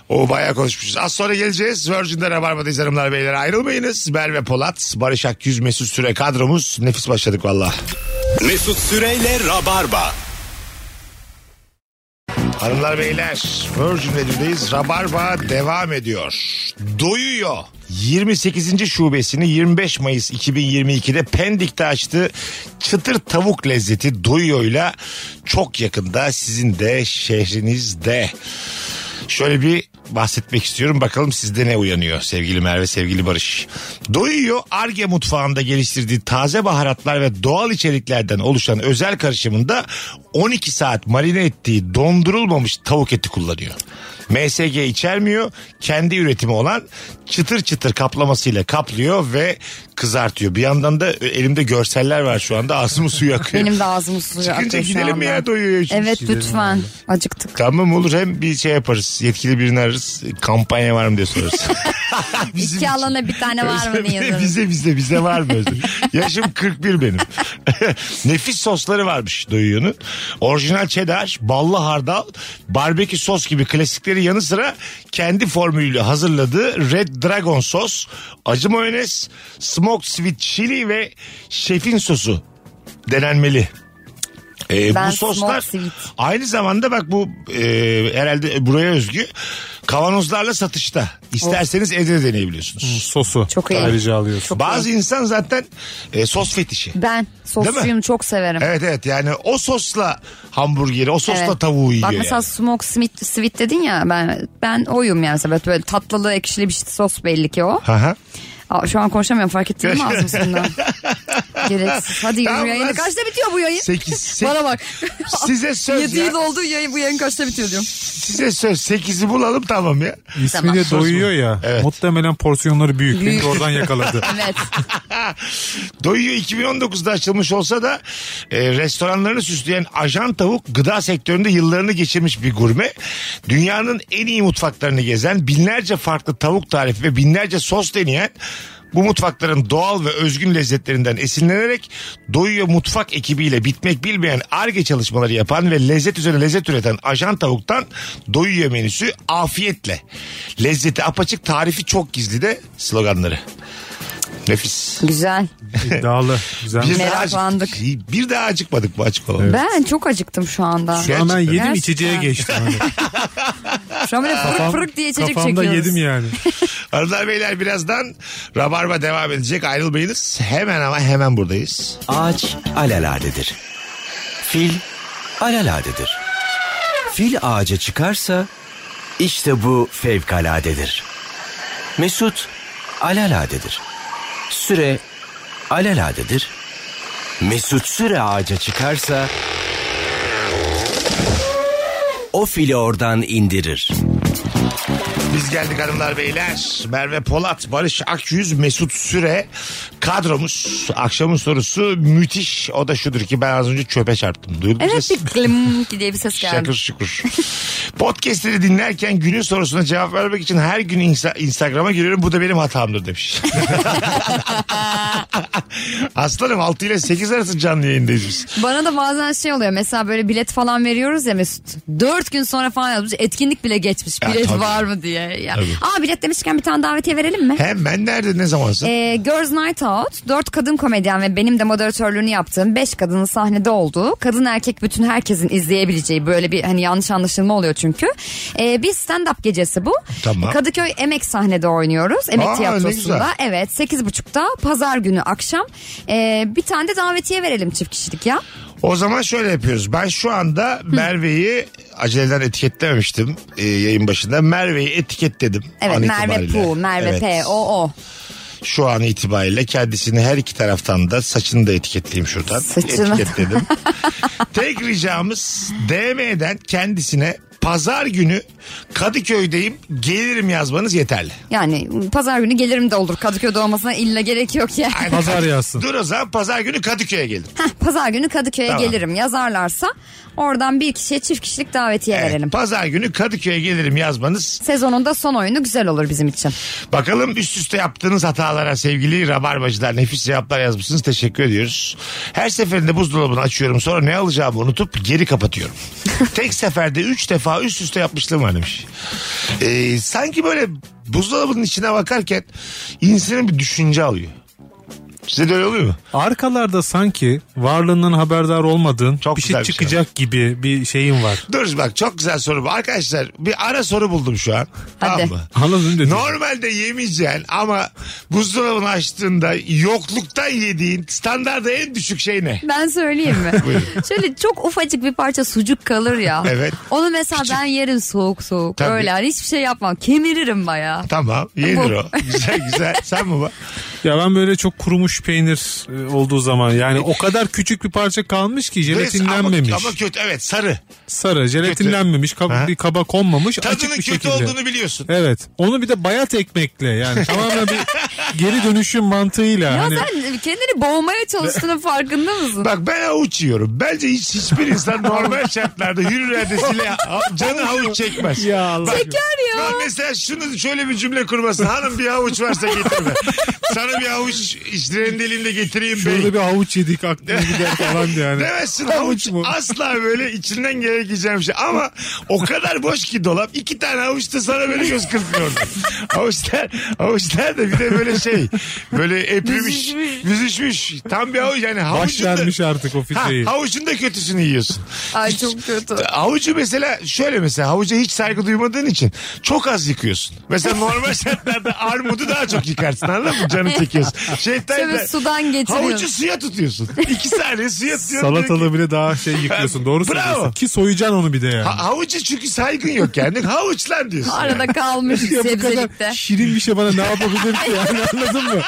Speaker 3: O bayağı konuşmuşuz. Az sonra geleceğiz. Virgin'de Rabarba'dayız hanımlar beyler. Ayrılmayınız. Merve Polat, Barış Akyüz, Mesut Süre kadromuz. Nefis başladık valla.
Speaker 2: Mesut Süreyle Rabarba.
Speaker 3: Hanımlar beyler Virgin Radio'dayız. Rabarba devam ediyor. Doyuyor. 28. şubesini 25 Mayıs 2022'de Pendik'te açtı. Çıtır tavuk lezzeti Doyuyor'yla çok yakında sizin de şehrinizde. Şöyle bir bahsetmek istiyorum. Bakalım sizde ne uyanıyor sevgili Merve, sevgili Barış. Doyuyor Arge mutfağında geliştirdiği taze baharatlar ve doğal içeriklerden oluşan özel karışımında 12 saat marine ettiği dondurulmamış tavuk eti kullanıyor. MSG içermiyor. Kendi üretimi olan çıtır çıtır kaplamasıyla kaplıyor ve kızartıyor. Bir yandan da elimde görseller var şu anda. Ağzımı suyu akıyor.
Speaker 4: Benim de ağzım suyu
Speaker 3: Çıkınca
Speaker 4: akıyor şu
Speaker 3: gidelim
Speaker 4: anda.
Speaker 3: ya doyuyor. Şimdi
Speaker 4: Evet lütfen. Acıktık.
Speaker 3: Tamam olur hem bir şey yaparız. Yetkili birini ararız. Kampanya var mı diye sorarız. Bizim
Speaker 4: İki alana bir tane var mı diye
Speaker 3: bize,
Speaker 4: yazarım.
Speaker 3: bize bize bize var mı? Özür. Yaşım 41 benim. Nefis sosları varmış doyuyonun. Orijinal çedar, ballı hardal, barbekü sos gibi klasikleri yanı sıra kendi formülüyle hazırladığı Red Dragon sos, acı mayonez, smoked sweet chili ve şefin sosu denenmeli. Ee,
Speaker 4: Ben
Speaker 3: bu soslar
Speaker 4: smoked sweet.
Speaker 3: aynı zamanda bak bu e, herhalde buraya özgü kavanozlarla satışta. İsterseniz evde de deneyebiliyorsunuz.
Speaker 5: Sosu
Speaker 4: Çok iyi.
Speaker 5: ayrıca alıyorsun.
Speaker 3: Bazı insan zaten e, sos fetişi.
Speaker 4: Ben
Speaker 3: Değil
Speaker 4: sosluyum çok severim.
Speaker 3: Evet evet yani o sosla hamburgeri o sosla
Speaker 4: Evet.
Speaker 3: tavuğu yiyor.
Speaker 4: Bak mesela
Speaker 3: yani.
Speaker 4: smoke sweet, sweet dedin ya ben ben oyum yani mesela böyle tatlılı ekşili bir sos belli ki o.
Speaker 3: Aha.
Speaker 4: Aa, şu an konuşamıyorum fark ettin mi ağzım suyundan? Gereksiz. Hadi yürü
Speaker 3: Tamam
Speaker 4: bu yayını.
Speaker 3: lan.
Speaker 4: Kaçta bitiyor bu yayın?
Speaker 3: Sekiz, sekiz.
Speaker 4: Bana bak.
Speaker 3: Size söz
Speaker 4: 7
Speaker 3: ya.
Speaker 4: yıl oldu yayın, bu yayın kaçta bitiyor diyorum.
Speaker 3: Size söz 8'i bulalım tamam ya.
Speaker 5: İsmi de doyuyor ya.
Speaker 3: Evet.
Speaker 5: Muhtemelen porsiyonları büyük.
Speaker 4: Büyük.
Speaker 5: Beni de oradan yakaladı.
Speaker 4: Evet.
Speaker 3: Doyuyor 2019'da açılmış olsa da e, restoranlarını süsleyen ajan tavuk gıda sektöründe yıllarını geçirmiş bir gurme. Dünyanın en iyi mutfaklarını gezen binlerce farklı tavuk tarifi ve binlerce sos deneyen bu mutfakların doğal ve özgün lezzetlerinden esinlenerek Doyuyor Mutfak ekibiyle bitmek bilmeyen ARGE çalışmaları yapan ve lezzet üzerine lezzet üreten Ajan Tavuk'tan Doyuyor menüsü afiyetle. Lezzeti apaçık tarifi çok gizli de sloganları. Nefis.
Speaker 4: Güzel.
Speaker 5: İddialı.
Speaker 3: Bir
Speaker 5: Güzel.
Speaker 3: daha,
Speaker 4: Meraklandık.
Speaker 3: acık- bir daha acıkmadık bu açık olan.
Speaker 4: Ben çok acıktım şu anda.
Speaker 3: Şu
Speaker 5: Ama ben yedim
Speaker 4: Gerçekten.
Speaker 5: içeceğe geçtim. Hani.
Speaker 4: Şu an böyle fırık fırık diye içecek
Speaker 5: Kafamda
Speaker 4: çekiyoruz.
Speaker 5: yedim yani.
Speaker 3: Hanımlar beyler birazdan Rabarba devam edecek ayrılmayınız. Hemen ama hemen buradayız.
Speaker 9: Ağaç alaladedir. Fil alaladedir. Fil ağaca çıkarsa işte bu fevkaladedir. Mesut alaladedir. Süre alaladedir. Mesut süre ağaca çıkarsa o fili oradan indirir.
Speaker 3: Biz geldik hanımlar beyler. Merve Polat, Barış Akyüz, Mesut Süre kadromuz. Akşamın sorusu müthiş. O da şudur ki ben az önce çöpe çarptım. Duydun mu
Speaker 4: Evet
Speaker 3: ses?
Speaker 4: bir glim diye bir ses geldi.
Speaker 3: Şakır şukur. Podcast'leri dinlerken günün sorusuna cevap vermek için her gün insta- Instagram'a giriyorum. Bu da benim hatamdır demiş. Aslanım 6 ile 8 arası canlı yayındayız biz.
Speaker 4: Bana da bazen şey oluyor mesela böyle bilet falan veriyoruz ya Mesut. Dört gün sonra falan yazmış etkinlik bile geçmiş
Speaker 3: Ya
Speaker 4: bilet
Speaker 3: tabii.
Speaker 4: var mı diye. Ya.
Speaker 3: Tabii.
Speaker 4: Aa bilet demişken bir tane davetiye verelim mi?
Speaker 3: Hemen nerede ne zamansın?
Speaker 4: Ee, Girls Night Out, dört kadın komedyen ve benim de moderatörlüğünü yaptığım beş kadının sahnede olduğu, kadın erkek bütün herkesin izleyebileceği böyle bir hani yanlış anlaşılma oluyor çünkü. Ee, bir stand-up gecesi bu.
Speaker 3: Tamam.
Speaker 4: Kadıköy Emek sahnede oynuyoruz. Emek
Speaker 3: Aa, ne güzel.
Speaker 4: tiyatrosunda. Evet sekiz buçukta pazar günü akşam. Ee, bir tane de davetiye verelim çift kişilik ya.
Speaker 3: O zaman şöyle yapıyoruz. Ben şu anda Merve'yi aceleden etiketlememiştim e, yayın başında. Merve'yi etiketledim.
Speaker 4: Evet
Speaker 3: an
Speaker 4: Merve
Speaker 3: itibariyle.
Speaker 4: Pu, Merve
Speaker 3: Evet.
Speaker 4: P, O O.
Speaker 3: Şu an itibariyle kendisini her iki taraftan da saçını da etiketleyeyim şuradan.
Speaker 4: Saçını.
Speaker 3: Etiketledim. Tek ricamız DM'den kendisine pazar günü Kadıköy'deyim gelirim yazmanız yeterli.
Speaker 4: Yani pazar günü gelirim de olur. Kadıköy'de olmasına illa gerek yok ya.
Speaker 5: Pazar yazsın.
Speaker 3: Dur o zaman pazar günü Kadıköy'e gelin.
Speaker 4: Heh, pazar günü Kadıköy'e
Speaker 3: Tamam.
Speaker 4: gelirim yazarlarsa oradan bir kişiye çift kişilik davetiye
Speaker 3: Evet,
Speaker 4: verelim.
Speaker 3: pazar günü Kadıköy'e gelirim yazmanız
Speaker 4: Sezonun da son oyunu güzel olur bizim için.
Speaker 3: Bakalım üst üste yaptığınız hatalara sevgili rabarbacılar nefis cevaplar yazmışsınız. Teşekkür ediyoruz. Her seferinde buzdolabını açıyorum sonra ne alacağımı unutup geri kapatıyorum. Tek seferde 3 defa üst üste yapmışlığım var demiş. Ee, sanki böyle buzdolabının içine bakarken insanın bir düşünce alıyor. Size de öyle oluyor mu?
Speaker 5: Arkalarda sanki varlığından haberdar olmadığın
Speaker 3: Çok
Speaker 5: bir
Speaker 3: güzel
Speaker 5: şey
Speaker 3: bir şey.
Speaker 5: çıkacak gibi bir şeyin var.
Speaker 3: Dur bak çok güzel soru bu. Arkadaşlar bir ara soru buldum şu an.
Speaker 4: Hadi.
Speaker 3: Tamam mı?
Speaker 5: Anladın mı? dedim?
Speaker 3: Normalde yemeyeceğin ama buzdolabını açtığında yokluktan yediğin standarda en düşük şey ne?
Speaker 4: Ben söyleyeyim mi? Şöyle çok ufacık bir parça sucuk kalır ya.
Speaker 3: Evet.
Speaker 4: Onu mesela ben yerim soğuk soğuk.
Speaker 3: Tabii.
Speaker 4: Öyle hani hiçbir şey yapmam. Kemiririm baya.
Speaker 3: Tamam yenir
Speaker 4: Bu.
Speaker 3: o. Güzel güzel. Sen mi bak?
Speaker 5: Ya ben böyle çok kurumuş peynir e, olduğu zaman yani o kadar küçük bir parça kalmış ki jelatinlenmemiş.
Speaker 3: Ama, ama kötü evet sarı.
Speaker 5: Sarı jelatinlenmemiş kab-
Speaker 3: Ha.
Speaker 5: bir kaba konmamış açık
Speaker 3: Tadının
Speaker 5: bir
Speaker 3: kötü
Speaker 5: şekilde.
Speaker 3: olduğunu biliyorsun.
Speaker 5: Evet. Onu bir de bayat ekmekle yani tamamen bir geri dönüşüm mantığıyla.
Speaker 4: Ya
Speaker 5: hani
Speaker 4: sen kendini boğmaya çalıştığının farkında mısın?
Speaker 3: Bak ben havuç yiyorum. Bence hiç hiçbir insan normal şartlarda yürürlerde silah canı havuç çekmez.
Speaker 5: Ya Allah.
Speaker 4: Çeker ya.
Speaker 3: Bak mesela şunu şöyle bir cümle kurmasın. Hanım bir havuç varsa getirme. Sana bir havuç işte rendelinde getireyim bey.
Speaker 5: Şurada bir havuç yedik aklına gider falan hani. yani.
Speaker 3: Demezsin havuç
Speaker 5: Havuç mu?
Speaker 3: asla böyle içinden gerek yiyeceğim şey. Ama o kadar boş ki dolap. iki tane havuç da sana böyle göz kırpmıyor. havuçlar, havuçlar da bir de böyle şey. Böyle eprimiş, büzüşmüş. Tam bir havuç yani
Speaker 5: Baş
Speaker 3: havucun da,
Speaker 5: vermiş artık o
Speaker 3: ha,
Speaker 5: fitreyi.
Speaker 3: havucun da kötüsünü yiyorsun.
Speaker 4: Ay çok kötü.
Speaker 3: Havucu mesela şöyle mesela havuca hiç saygı duymadığın için çok az yıkıyorsun. Mesela normal şartlarda armudu daha çok yıkarsın anladın mı? Canı çekiyorsun. Şeytan
Speaker 4: Şöyle sudan getiriyorsun.
Speaker 3: Havucu suya tutuyorsun. İki saniye suya tutuyorsun.
Speaker 5: Salatalı bile daha şey yıkıyorsun. Doğru
Speaker 3: Bravo.
Speaker 5: söylüyorsun. Ki soyacaksın onu bir de yani.
Speaker 3: Ha, havucu çünkü saygın yok yani. Havuç lan diyorsun.
Speaker 4: Arada kalmış
Speaker 5: ya bu kadar
Speaker 4: sebzelikte.
Speaker 5: şirin bir şey bana ne yapabilir ki yani anladın mı?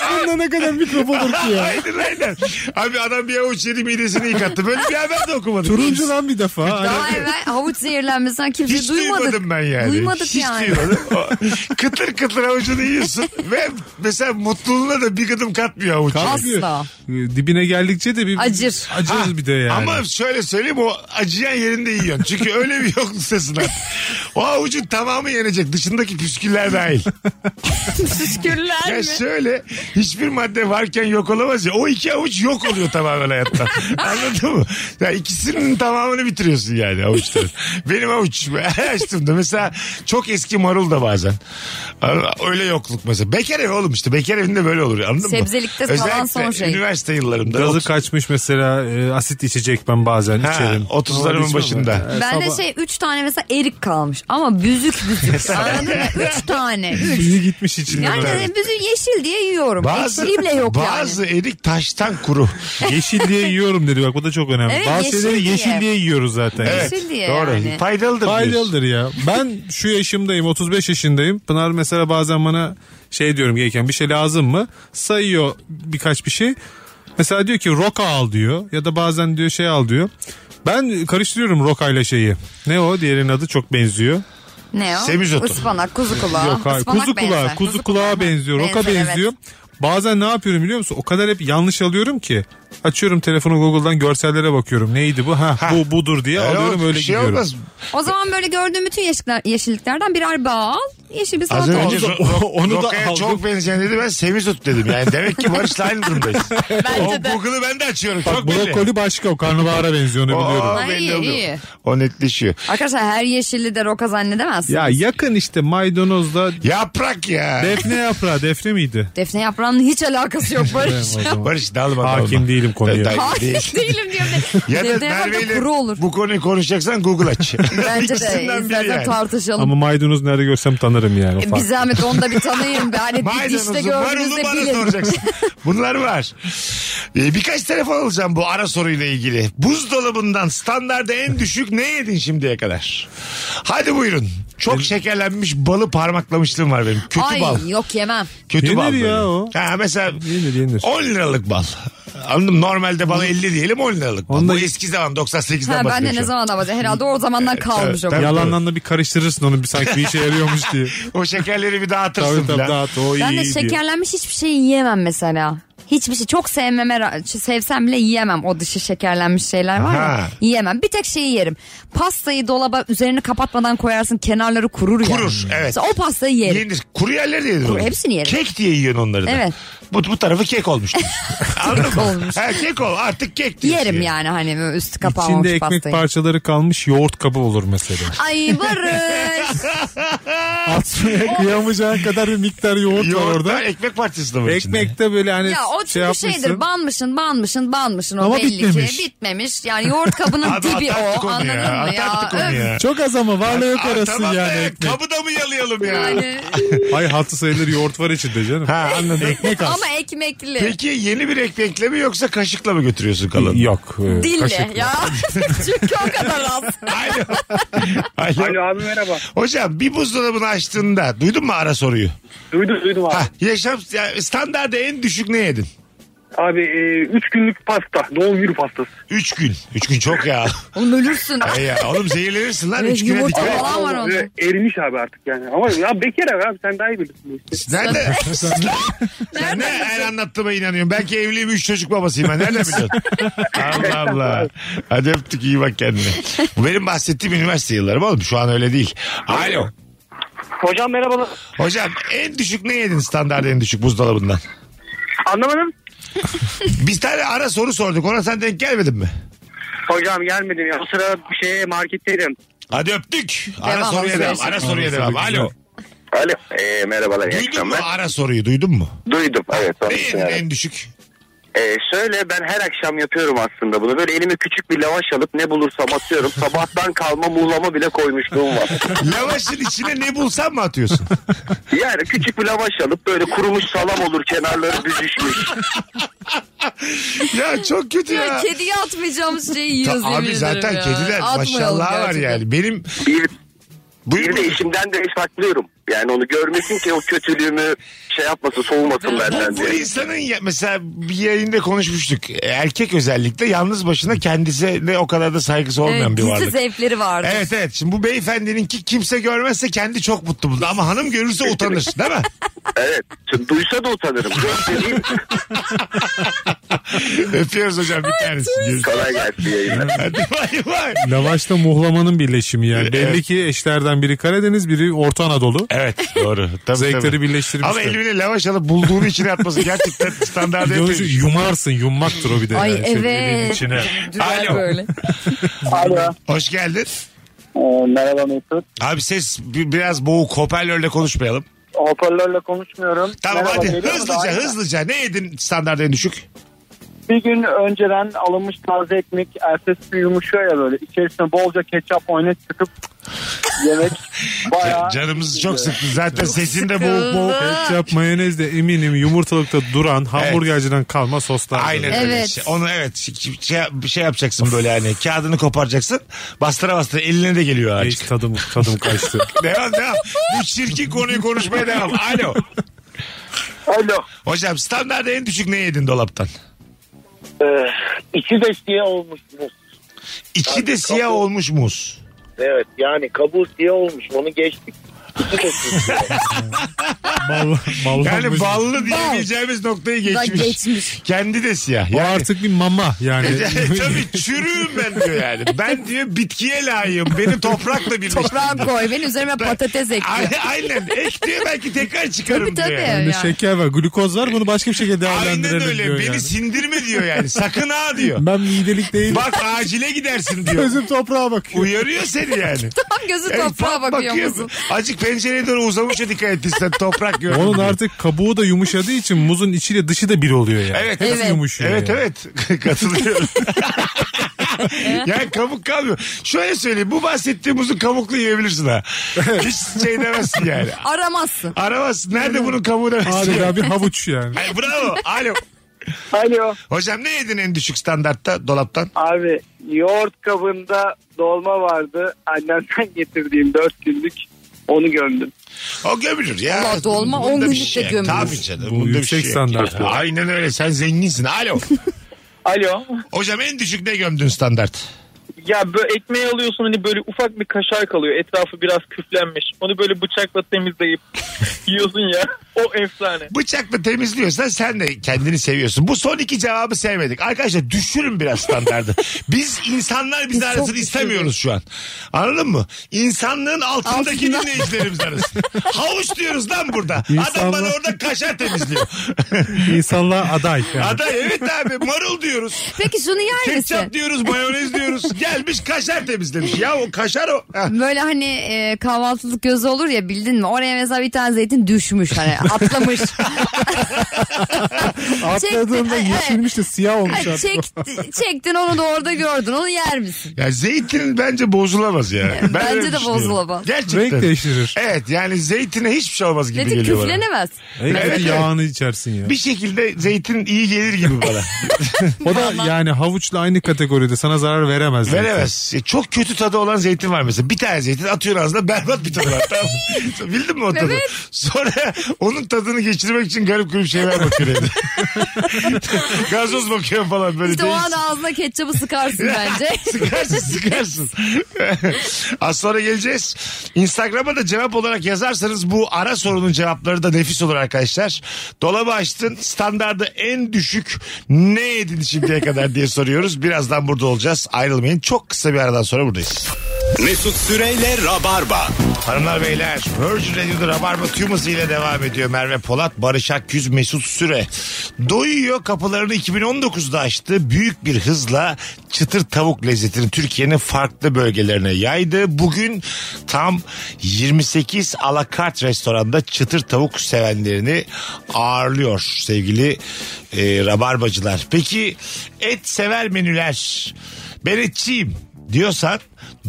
Speaker 5: Sonuna ne kadar mikrop olur ki ya.
Speaker 3: aynen aynen. Abi adam bir avuç yedi midesini yıkattı. Böyle bir haber de okumadım.
Speaker 5: Turuncu lan bir defa. Hani
Speaker 4: Daha evvel havuç zehirlenmesinden kimse
Speaker 3: Hiç
Speaker 4: duymadık.
Speaker 3: duymadım ben yani.
Speaker 4: Duymadık
Speaker 3: Hiç
Speaker 4: yani.
Speaker 3: duymadım. O- kıtır kıtır avucunu yiyorsun. Ve mesela mutluluğuna da bir gıdım katmıyor avuç.
Speaker 5: kalkıyor.
Speaker 4: Asla.
Speaker 5: Ee, Dibine geldikçe de bir
Speaker 4: Acır.
Speaker 5: Acır bir de yani.
Speaker 3: Ama şöyle söyleyeyim o acıyan yerinde yiyorsun. Çünkü öyle bir yok sesine. O avucun tamamı yenecek. Dışındaki püsküller dahil.
Speaker 4: Teşekkürler
Speaker 3: Ya
Speaker 4: mi?
Speaker 3: şöyle hiçbir madde varken yok olamaz ya. O iki avuç yok oluyor tamamen hayattan. Anladın mı? Ya ikisinin tamamını bitiriyorsun yani avuçların. Benim avuç açtım da mesela çok eski marul da bazen. Öyle yokluk mesela. Bekar evi oğlum işte. Bekar evinde böyle olur anladın mı?
Speaker 4: Sebzelikte falan son şey.
Speaker 3: üniversite yıllarımda.
Speaker 5: Gazı
Speaker 3: otuz-
Speaker 5: kaçmış mesela e, asit içecek ben bazen
Speaker 3: Ha,
Speaker 5: içerim.
Speaker 3: 30'larımın
Speaker 5: Ama içmem
Speaker 3: başında.
Speaker 5: ben. E,
Speaker 4: Ben de
Speaker 5: sabah-
Speaker 4: şey 3 tane mesela erik kalmış ama büzük büzük. Anladın mı? 3 tane. Üç.
Speaker 5: Suyu gitmiş içinden.
Speaker 4: Yani
Speaker 5: Evet.
Speaker 4: de büzük yeşil diye yiyorum.
Speaker 3: Bazı,
Speaker 4: Ekşiliği bile yok yani.
Speaker 3: bazı erik taştan kuru.
Speaker 5: Yeşil diye yiyorum dedi bak bu da çok önemli.
Speaker 4: Evet,
Speaker 5: Bazı
Speaker 4: yeşil
Speaker 5: şeyleri
Speaker 4: diye.
Speaker 5: yeşil diye yiyoruz zaten.
Speaker 4: Evet. Yeşil diye
Speaker 3: Doğru.
Speaker 4: yani.
Speaker 3: Faydalıdır. diyorsun.
Speaker 5: Faydalıdır ya. Ben şu yaşımdayım 35 yaşındayım. Pınar mesela bazen bana şey diyorum gelirken bir şey lazım mı? Sayıyor birkaç bir şey. Mesela diyor ki roka al diyor ya da bazen diyor şey al diyor. Ben karıştırıyorum roka ile şeyi. Ne o diğerinin adı çok benziyor.
Speaker 4: Ne o?
Speaker 3: Semizotu.
Speaker 4: Ispanak, kuzu kulağı.
Speaker 5: Yok hayır.
Speaker 4: Ispanak
Speaker 5: Kuzu
Speaker 4: benzer.
Speaker 5: kulağı, kuzu kulağa benziyor. Roka
Speaker 4: Benzer, evet.
Speaker 5: benziyor. Bazen ne yapıyorum biliyor musun? O kadar hep yanlış alıyorum ki. Açıyorum telefonu Google'dan görsellere bakıyorum. Neydi bu? Ha, bu budur diye
Speaker 3: Öyle
Speaker 5: alıyorum
Speaker 3: olmaz,
Speaker 5: öyle
Speaker 3: bir şey
Speaker 5: gidiyorum.
Speaker 3: olmaz.
Speaker 4: O zaman böyle gördüğüm bütün yeşiller, yeşilliklerden birer bağ al. Yeşil bir
Speaker 3: Az
Speaker 4: salata
Speaker 3: önce
Speaker 4: olsun.
Speaker 3: ro- ro-
Speaker 5: Onu da
Speaker 3: Roka'ya
Speaker 5: aldım.
Speaker 3: çok benzeyen dedi ben Semizot dedim. Yani demek ki Barış'la aynı durumdayız. o Google'ı ben de açıyorum. çok belli.
Speaker 5: Brokoli başka o karnabahara benziyor onu
Speaker 3: O,
Speaker 5: biliyorum.
Speaker 3: o, belli
Speaker 4: iyi,
Speaker 3: oluyor.
Speaker 4: iyi.
Speaker 3: o netleşiyor.
Speaker 4: Arkadaşlar her yeşilli de roka zannedemez.
Speaker 5: Ya yakın işte maydanozla
Speaker 3: Yaprak ya.
Speaker 5: defne yaprağı defne miydi?
Speaker 4: Defne yaprağının hiç alakası yok Barış.
Speaker 3: Barış dalma dalma.
Speaker 5: Hakim değilim konuya.
Speaker 3: Da- da- değil.
Speaker 4: Hayır değilim diyorum.
Speaker 3: ya da
Speaker 4: Defne
Speaker 3: Merve
Speaker 4: yaprak da
Speaker 3: ile
Speaker 4: kuru olur.
Speaker 3: bu konuyu konuşacaksan Google aç.
Speaker 4: Bence de
Speaker 3: İkisinden biri
Speaker 4: istersen
Speaker 3: yani.
Speaker 4: tartışalım.
Speaker 5: Ama maydanoz nerede görsem tanırım yani. o
Speaker 4: E,
Speaker 5: fark.
Speaker 4: Bir zahmet onu da bir tanıyın. be. Hani dişte
Speaker 3: Maydanozu, marulu
Speaker 4: gördüğünüzde
Speaker 3: bana
Speaker 4: bilin.
Speaker 3: soracaksın. Bunlar var. Ee, birkaç telefon alacağım bu ara soruyla ilgili. Buzdolabından standarda en düşük ne yedin şimdiye kadar? Hadi buyurun. Çok şekerlenmiş balı parmaklamışlığım var benim. Kötü
Speaker 4: Ay
Speaker 3: bal.
Speaker 4: yok yemem.
Speaker 3: Kötü
Speaker 5: Yenir
Speaker 3: bal böyle.
Speaker 5: ya o.
Speaker 3: Ha, mesela
Speaker 5: Yenir, yenir.
Speaker 3: 10 liralık bal. Anladım normalde bal 50 diyelim 10 liralık bal.
Speaker 5: Onda-
Speaker 3: Bu eski zaman 98'den
Speaker 4: Ha, ben de
Speaker 3: bahsediyorum.
Speaker 4: ne
Speaker 3: şu an.
Speaker 4: zaman ama herhalde o zamandan kalmış o.
Speaker 3: tabii.
Speaker 5: Yalandan da bir karıştırırsın onu bir sanki bir işe yarıyormuş diye.
Speaker 3: O şekerleri bir dağıtırsın
Speaker 5: tabii
Speaker 3: tabii,
Speaker 5: tabii dağıt o iyi
Speaker 4: Ben de
Speaker 5: iyi diye.
Speaker 4: şekerlenmiş hiçbir şey yiyemem mesela. Hiçbir şey çok sevmeme ra- sevsem bile yiyemem o dışı şekerlenmiş şeyler var
Speaker 3: Ha.
Speaker 4: ya yiyemem bir tek şeyi yerim pastayı dolaba üzerini kapatmadan koyarsın kenarları kurur ya.
Speaker 3: Kurur, evet.
Speaker 4: Mesela o pastayı yerim
Speaker 3: Yenir. Kuru yerleri de yenir.
Speaker 4: Kuru-
Speaker 3: oğlum.
Speaker 4: hepsini yerim.
Speaker 3: Kek diye yiyorsun onları da.
Speaker 4: Evet.
Speaker 3: Bu, bu tarafı kek olmuştur. Anladın mı?
Speaker 4: olmuş.
Speaker 3: Ha, kek ol. Artık kek diyorsun.
Speaker 4: yerim yani hani böyle üstü kapanmamış
Speaker 5: İçinde ekmek
Speaker 4: pastayı.
Speaker 5: parçaları kalmış yoğurt kabı olur mesela.
Speaker 4: Ay Barış
Speaker 5: Atmaya kıyamayacağın kadar bir miktar yoğurt, var
Speaker 3: Yoğurda
Speaker 5: orada.
Speaker 3: ekmek parçası da var içinde.
Speaker 5: Ekmekte böyle hani
Speaker 4: ya o
Speaker 5: şey
Speaker 4: çünkü
Speaker 5: yapmışsın.
Speaker 4: şeydir banmışın banmışın banmışın o
Speaker 5: Ama
Speaker 4: belli
Speaker 5: bitmemiş.
Speaker 4: ki bitmemiş yani yoğurt kabının
Speaker 3: Abi
Speaker 4: dibi
Speaker 3: atardık
Speaker 4: o
Speaker 3: onu
Speaker 4: anladın
Speaker 3: ya.
Speaker 4: mı ya?
Speaker 3: Atardık onu
Speaker 4: Öf,
Speaker 3: ya.
Speaker 5: Çok az ama varlığı yok
Speaker 3: Aa,
Speaker 5: arası
Speaker 3: tamam
Speaker 5: yani
Speaker 3: da
Speaker 5: ekmek.
Speaker 3: Kabı da mı yalayalım ya?
Speaker 4: yani.
Speaker 5: Ay hatlı sayılır yoğurt var içinde canım.
Speaker 3: Ha anladım.
Speaker 5: Ekmek az.
Speaker 4: ama ekmekli
Speaker 3: Peki yeni bir ekmekle mi yoksa kaşıkla mı götürüyorsun kalanı?
Speaker 5: Yok. e,
Speaker 4: Dille
Speaker 5: kaşıkla.
Speaker 4: ya. Çünkü o kadar az.
Speaker 3: Alo. Alo.
Speaker 7: Alo abi merhaba.
Speaker 3: Hocam bir buzdolabını açtığında duydun mu ara soruyu?
Speaker 7: Duydum duydum abi.
Speaker 3: Ha, yaşam ya, standarda en düşük ne yedin?
Speaker 7: Abi 3 günlük pasta. Doğum günü pastası.
Speaker 3: Üç gün. Üç gün çok ya.
Speaker 4: Oğlum ölürsün.
Speaker 3: Ay E ya oğlum zehirlenirsin lan.
Speaker 4: Ve
Speaker 3: Üç güne
Speaker 4: yumurta
Speaker 3: dikkat et.
Speaker 4: Falan var
Speaker 7: Ve
Speaker 4: onda.
Speaker 7: Erimiş abi artık yani. Ama ya bekar abi, abi sen daha iyi bilirsin. bu işi.
Speaker 3: Nerede? Sen ne her anlattığıma inanıyorum. Belki evliyim üç çocuk babasıyım ben. Nereden biliyorsun? Allah Allah. Hadi öptük iyi bak kendine. Bu benim bahsettiğim üniversite yıllarım oğlum. Şu an öyle değil. Alo.
Speaker 7: Hocam merhabalar.
Speaker 3: Hocam en düşük ne yedin standart en düşük buzdolabından?
Speaker 7: Anlamadım.
Speaker 3: Biz tane ara soru sorduk. Ona sen denk gelmedin mi?
Speaker 7: Hocam gelmedim ya. Bu sıra bir şeye marketteydim.
Speaker 3: Hadi öptük. Ara
Speaker 4: Devam,
Speaker 3: soruya devam.
Speaker 4: alışverişe.
Speaker 3: Ara soruya devam. Alo.
Speaker 6: Alo. Ee, merhabalar. iyi
Speaker 3: Duydun mu
Speaker 6: akşamlar.
Speaker 3: ara soruyu duydun mu?
Speaker 6: Duydum. Evet.
Speaker 3: Ne
Speaker 6: Onun için
Speaker 3: yedin
Speaker 6: aradım.
Speaker 3: en düşük?
Speaker 6: Ee, şöyle ben her akşam yapıyorum aslında bunu. Böyle elime küçük bir lavaş alıp ne bulursam atıyorum. Sabahtan kalma muğlama bile koymuşluğum var.
Speaker 3: Lavaşın içine ne bulsan mı atıyorsun?
Speaker 6: Yani küçük bir lavaş alıp böyle kurumuş salam olur kenarları büzüşmüş.
Speaker 3: ya çok kötü ya.
Speaker 4: Ya Kediye atmayacağımız şeyi
Speaker 3: Ta-
Speaker 4: yiyoruz. yemin
Speaker 3: abi
Speaker 4: ederim
Speaker 3: zaten
Speaker 4: ya.
Speaker 3: kediler
Speaker 4: Atmayalım
Speaker 3: maşallah var
Speaker 4: gerçekten.
Speaker 3: yani. Benim
Speaker 6: Bir
Speaker 3: Buyur
Speaker 6: Bir de
Speaker 3: buyur.
Speaker 6: işimden de saklıyorum. Yani onu görmesin ki o kötülüğümü şey yapmasın soğumasın benden
Speaker 3: Bu, bu
Speaker 6: diye.
Speaker 3: insanın ya, mesela bir yayında konuşmuştuk. Erkek özellikle yalnız başına kendisine o kadar da saygısı olmayan
Speaker 4: Evet,
Speaker 3: bir
Speaker 4: gizli
Speaker 3: varlık.
Speaker 4: zevkleri vardı.
Speaker 3: Evet evet. Şimdi bu beyefendininki kimse görmezse kendi çok mutlu buldu. Ama hanım görürse utanır değil mi?
Speaker 6: Evet. Şimdi duysa da utanırım. Göstereyim.
Speaker 3: Öpüyoruz hocam bir tanesi. Görüşürüz.
Speaker 6: Kolay gelsin yayınlar.
Speaker 3: Hadi bay bay.
Speaker 5: Lavaşla muhlamanın birleşimi yani. Belli ki eşlerden biri Karadeniz, biri Orta Anadolu.
Speaker 3: Evet doğru. Tabii,
Speaker 5: Zevkleri
Speaker 3: tabii.
Speaker 5: birleştirmişler.
Speaker 3: Ama elimine lavaş alıp bulduğunu içine atması gerçekten standart
Speaker 5: Bir de onu şu
Speaker 3: yapıyor.
Speaker 5: yumarsın, yummaktır o bir de.
Speaker 4: Ay,
Speaker 5: yani. Şöyle
Speaker 4: evet.
Speaker 5: elin içine.
Speaker 4: Güzel
Speaker 3: Alo.
Speaker 4: böyle.
Speaker 7: Alo.
Speaker 3: Hoş geldin.
Speaker 7: Ee, merhaba Mesut.
Speaker 3: Abi ses bi- biraz boğuk hoparlörle konuşmayalım.
Speaker 7: Hoparlörle konuşmuyorum.
Speaker 3: Tamam
Speaker 7: Merhaba,
Speaker 3: hadi
Speaker 7: geliyor mu? Daha
Speaker 3: hızlıca
Speaker 7: iyi mi?
Speaker 3: hızlıca. Ne yedin standart en düşük?
Speaker 7: Bir gün önceden alınmış taze ekmek ertesi gün yumuşuyor ya böyle. İçerisine bolca ketçap oynet çıkıp yemek bayağı...
Speaker 3: Canımızı çok sıktı. Zaten sesin de boğuk
Speaker 4: sıkıldı.
Speaker 3: boğuk.
Speaker 5: Ketçap, mayonez de eminim yumurtalıkta duran hamburgerciden kalma soslar.
Speaker 3: Aynen öyle.
Speaker 4: Evet.
Speaker 3: Şey- Onu evet şey, şey- şey yapacaksın böyle hani kağıdını koparacaksın. Bastıra bastıra eline de geliyor
Speaker 5: Hiç
Speaker 3: artık.
Speaker 5: tadım, tadım kaçtı.
Speaker 3: devam devam. Bu çirkin konuyu konuşmaya devam. Alo.
Speaker 7: Alo.
Speaker 3: Hocam standart en düşük ne yedin dolaptan?
Speaker 7: Ee, içi de siyah olmuş muz.
Speaker 3: İçi de siyah
Speaker 7: kapı-
Speaker 3: olmuş muz.
Speaker 7: Evet yani kabuğu siyah olmuş. Onu geçtik. İçi de siyah.
Speaker 5: Bal, ballanmış.
Speaker 3: Yani ballı diyebileceğimiz noktayı
Speaker 4: Da
Speaker 3: geçmiş.
Speaker 4: geçmiş.
Speaker 3: Kendi de siyah.
Speaker 5: O
Speaker 3: Yani-
Speaker 5: artık bir mama yani.
Speaker 3: Tabii çürüğüm ben diyor yani. Ben diyor bitkiye layığım. Beni toprakla
Speaker 4: Toprağa
Speaker 3: birleştirdin.
Speaker 4: koy beni üzerime patates ek.
Speaker 3: A- Aynen. Ek diyor belki tekrar çıkarım
Speaker 4: Tabii tabii.
Speaker 3: diyor. yani.
Speaker 5: Bir
Speaker 4: yani.
Speaker 5: şeker var, glukoz var bunu başka bir şekilde
Speaker 3: Aynen
Speaker 5: değerlendirelim
Speaker 3: öyle.
Speaker 5: diyor
Speaker 3: Beni
Speaker 5: yani.
Speaker 3: sindirme diyor yani. Sakın ha diyor.
Speaker 5: Ben midelik değilim.
Speaker 3: Bak acile gidersin diyor.
Speaker 5: Gözüm toprağa bakıyor.
Speaker 3: Uyarıyor seni yani.
Speaker 4: Tam gözü
Speaker 3: Evet,
Speaker 4: toprağa
Speaker 3: bak-
Speaker 4: bakıyor
Speaker 3: bakıyor.
Speaker 4: musun?
Speaker 3: Azıcık pencereye doğru uzamışa dikkat ettiysen toprak gördün.
Speaker 5: Onun
Speaker 3: diyor.
Speaker 5: artık kabuğu da yumuşadığı için muzun içiyle dışı da bir oluyor yani.
Speaker 3: Evet.
Speaker 5: Nasıl
Speaker 4: Evet.
Speaker 5: yumuşuyor
Speaker 3: Evet
Speaker 5: şey yani?
Speaker 3: evet katılıyorum. yani kabuk kalmıyor. Şöyle söyleyeyim bu bahsettiğim uzun kabuklu yiyebilirsin ha. Hiç şey demezsin yani.
Speaker 4: Aramazsın.
Speaker 3: Aramazsın. Nerede bunun kabuğu demezsin.
Speaker 5: Adeta bir havuç yani.
Speaker 3: Ay, bravo. Alo.
Speaker 7: Alo.
Speaker 3: Hocam ne yedin en düşük standartta dolaptan?
Speaker 7: Abi yoğurt kabında dolma vardı. Annemden getirdiğim 4 günlük onu gömdüm.
Speaker 3: O gömülür ya.
Speaker 4: Ulan dolma
Speaker 3: Bunda
Speaker 4: on
Speaker 3: bir şey
Speaker 4: günlük de
Speaker 3: yok.
Speaker 4: gömülür.
Speaker 3: Tabii canım.
Speaker 5: Bu
Speaker 3: bunda bir
Speaker 5: yüksek
Speaker 3: şey yok.
Speaker 5: standart bu.
Speaker 3: Aynen öyle. Sen zenginsin. Alo.
Speaker 7: Alo.
Speaker 3: Hocam en düşük ne gömdün standart?
Speaker 7: Ya böyle ekmeği alıyorsun hani böyle ufak bir kaşar kalıyor. Etrafı biraz küflenmiş. Onu böyle bıçakla temizleyip yiyorsun ya. O efsane.
Speaker 3: Bıçakla temizliyorsan sen de kendini seviyorsun. Bu son iki cevabı sevmedik. Arkadaşlar düşürün biraz standardı. Biz insanlar bizi arasın
Speaker 4: çok
Speaker 3: istemiyoruz şu an. Anladın mı? İnsanlığın altındaki
Speaker 4: Altında.
Speaker 3: dinleyicilerimiz arasın. Havuç diyoruz lan burada. Adam
Speaker 5: İnsanlar-
Speaker 3: bana orada kaşar temizliyor. Hani
Speaker 5: İnsanlığa aday yani.
Speaker 3: Adam evet abi marul diyoruz.
Speaker 4: Peki şunu yer misin?
Speaker 3: Ketçap diyoruz, mayonez diyoruz. Gelmiş kaşar temizlemiş. Ya o kaşar o. Heh.
Speaker 4: Böyle hani e, kahvaltılık gözü olur ya bildin mi? Oraya mesela bir tane zeytin düşmüş hani atlamış.
Speaker 5: Atladığında
Speaker 4: Çekti.
Speaker 5: yeşilmiş de siyah olmuş
Speaker 4: Hani
Speaker 5: artık.
Speaker 4: çekti, çektin onu da orada gördün onu yer misin?
Speaker 3: Ya zeytin bence bozulamaz ya. Ben
Speaker 4: Bence
Speaker 3: öyle
Speaker 4: de
Speaker 3: düşünüyorum.
Speaker 4: bozulamaz.
Speaker 3: Gerçekten.
Speaker 5: Renk değiştirir.
Speaker 3: Evet yani zeytine hiçbir şey olmaz gibi
Speaker 4: Zeytin
Speaker 3: geliyor bana.
Speaker 4: küflenemez.
Speaker 5: En kötü
Speaker 3: Evet, evet.
Speaker 5: yağını içersin ya.
Speaker 3: Bir şekilde zeytin iyi gelir gibi bana.
Speaker 5: O da yani havuçla aynı kategoride sana zarar veremez. zaten.
Speaker 3: Veremez. Ya Çok kötü tadı olan zeytin var mesela. Bir tane zeytin atıyor ağzına berbat bir tadı var. Tamam. mı? Bildin mi o tadı? Sonra onun tadını geçirmek için garip garip şeyler bakıyor evde. Gazoz bakıyor falan böyle.
Speaker 4: İşte o
Speaker 3: değişik.
Speaker 4: an ağzına ketçabı sıkarsın bence.
Speaker 3: sıkarsın sıkarsın. Az sonra geleceğiz. Instagram'a da cevap olarak yazarsanız bu ara sorunun cevapları da nefis olur arkadaşlar. Dolabı açtın standardı en düşük ne yedin şimdiye kadar diye soruyoruz. Birazdan burada olacağız ayrılmayın. Çok kısa bir aradan sonra buradayız.
Speaker 2: Mesut Süreyle Rabarba.
Speaker 3: Hanımlar beyler Virgin Radio'da Rabarba tüm ile devam ediyor. Merve Polat, Barış Akyüz, Mesut Süre. Doyuyor kapılarını 2019'da açtı. Büyük bir hızla çıtır tavuk lezzetini Türkiye'nin farklı bölgelerine yaydı. Bugün tam 28 alakart restoranda çıtır tavuk sevenlerini ağırlıyor sevgili e, Rabarbacılar. Peki et sever menüler ben etçiyim diyorsan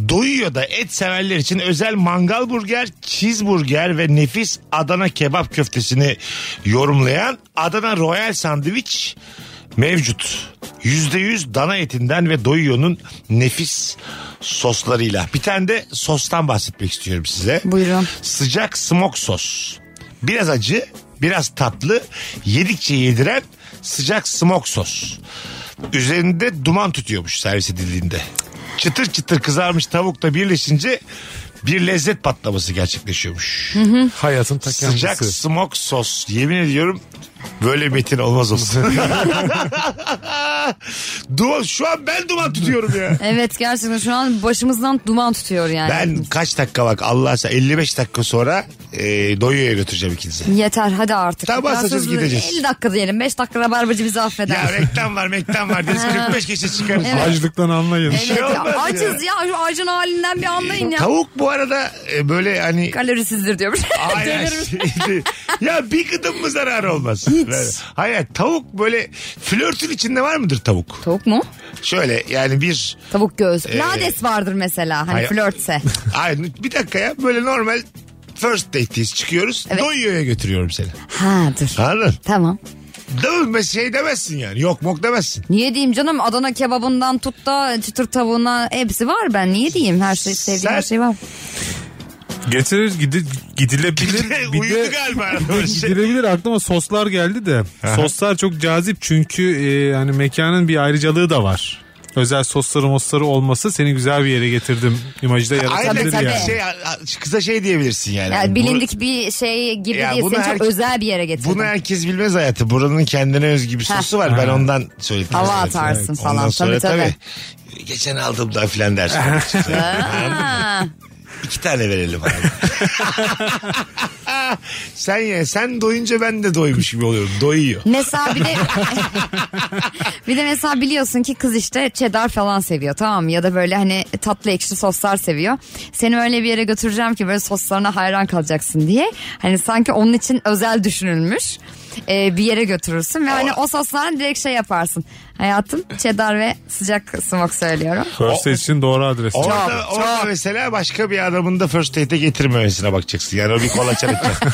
Speaker 3: doyuyor da et severler için özel mangal burger, cheeseburger ve nefis Adana kebap köftesini yorumlayan Adana Royal Sandviç mevcut. %100 dana etinden ve doyuyor'nun nefis soslarıyla. Bir tane de sostan bahsetmek istiyorum size.
Speaker 4: Buyurun.
Speaker 3: Sıcak smok sos. Biraz acı, biraz tatlı, yedikçe yediren sıcak smok sos. Üzerinde duman tutuyormuş servis edildiğinde. Çıtır çıtır kızarmış tavukla birleşince bir lezzet patlaması gerçekleşiyormuş.
Speaker 5: Hayatın ta kendisi.
Speaker 3: Sıcak smok sos. Yemin ediyorum böyle metin olmaz olsun. duman şu an ben duman tutuyorum ya.
Speaker 4: Evet gerçekten şu an başımızdan duman tutuyor yani.
Speaker 3: Ben kaç dakika bak Allah'a sen 55 dakika sonra e, doyuya götüreceğim ikinizi.
Speaker 4: Yeter hadi artık.
Speaker 3: Tamam,
Speaker 4: Biraz
Speaker 3: basacağız,
Speaker 4: hızlı-
Speaker 3: gideceğiz.
Speaker 4: 50 dakika diyelim 5 dakika rabarbacı bizi affeder.
Speaker 3: Ya reklam var reklam var deriz 45 geçe çıkarız.
Speaker 5: Açlıktan anlayın.
Speaker 3: şey
Speaker 4: Evet ya,
Speaker 3: olmaz ya.
Speaker 4: acız ya. Şu acın halinden bir anlayın ya.
Speaker 3: Tavuk bu arada e, böyle hani
Speaker 4: Kalorisizdir diyormuş.
Speaker 3: Ay, ay,
Speaker 4: Dönürüm.
Speaker 3: şimdi- ya bir gıdım mı zararı olmaz? Hiç. Hayır tavuk böyle flörtün içinde var mıdır tavuk?
Speaker 4: Tavuk mu?
Speaker 3: Şöyle yani bir
Speaker 4: Tavuk göğüs.
Speaker 3: Ee,
Speaker 4: Lades vardır mesela hani
Speaker 3: hayır.
Speaker 4: flörtse.
Speaker 3: Ay bir dakika ya böyle normal first date'teyiz çıkıyoruz.
Speaker 4: Evet.
Speaker 3: Doyuyor'ya götürüyorum seni.
Speaker 4: ha dur.
Speaker 3: Anladın?
Speaker 4: Tamam.
Speaker 3: Değil mi? Şey demezsin yani. Yok mok demezsin.
Speaker 4: Niye diyeyim canım Adana kebabından tut da çıtır tavuğuna hepsi var ben niye diyeyim her şey sevdiğim
Speaker 3: Sen-
Speaker 4: her şey var.
Speaker 5: Getirir gidi- gidilebilir. bir
Speaker 3: Uyudu
Speaker 5: de
Speaker 3: galiba. şey.
Speaker 5: Bir de gidilebilir aklıma soslar geldi de. Soslar çok cazip çünkü e, hani mekanın bir ayrıcalığı da var. Özel sosları mosları olması seni güzel bir yere getirdim imajda
Speaker 3: Aynen
Speaker 5: yaratabilir
Speaker 4: tabii.
Speaker 5: yani.
Speaker 3: şey, kıza şey diyebilirsin yani.
Speaker 4: Yani
Speaker 3: Bu-
Speaker 4: bilindik bir şey gibi
Speaker 3: Ya
Speaker 4: değil
Speaker 3: bunu
Speaker 4: seni çok
Speaker 3: herkes-
Speaker 4: özel bir yere getirdim.
Speaker 3: Bunu herkes bilmez hayatı. Buranın kendine özgü bir sosu var. Ben ondan söyledim.
Speaker 4: Hava
Speaker 3: Evet,
Speaker 4: atarsın
Speaker 3: evet.
Speaker 4: falan.
Speaker 3: Ondan sonra
Speaker 4: Tabii,
Speaker 3: tabii. Geçen aldım da filan dersin.
Speaker 4: Ha.
Speaker 3: İki tane verelim abi. sen ye. Sen doyunca ben de doymuş gibi oluyorum. Doyuyor.
Speaker 4: Mesela bir de bir de mesela biliyorsun ki kız işte cheddar falan seviyor tamam mı? ya da böyle hani tatlı ekşi soslar seviyor. Seni öyle bir yere götüreceğim ki böyle soslarına hayran kalacaksın diye. Hani sanki onun için özel düşünülmüş e, bir yere götürürsün ve hani o soslardan direkt şey yaparsın. Hayatım cheddar ve sıcak smoke söylüyorum.
Speaker 5: First date için doğru adres.
Speaker 3: Orada, orada mesela başka bir adamın da first date'e getirmemesine bakacaksın. Yani o bir kola çalacak.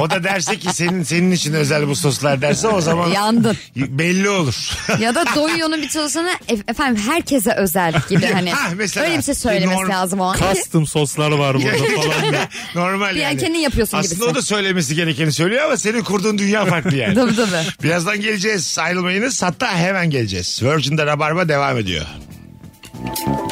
Speaker 3: o da derse ki senin senin için özel bu soslar derse o zaman
Speaker 4: Yandın.
Speaker 3: belli olur.
Speaker 4: Ya da Doyuyor'un bir çalışanı "E- efendim herkese özel gibi hani.
Speaker 3: Ha, mesela.
Speaker 4: öyle bir şey söylemesi
Speaker 3: Norm-
Speaker 4: lazım o an.
Speaker 5: Custom soslar var burada falan.
Speaker 3: Normal
Speaker 4: Bir an
Speaker 3: yani.
Speaker 4: kendin yapıyorsun
Speaker 3: Aslında
Speaker 4: gibisi.
Speaker 3: o da söylemesi gerekeni söylüyor ama senin kurduğun dünya farklı yani.
Speaker 4: Tabii, tabii.
Speaker 3: Birazdan geleceğiz ayrılmayınız hatta hemen geleceğiz. Virgin'de Rabarba devam ediyor.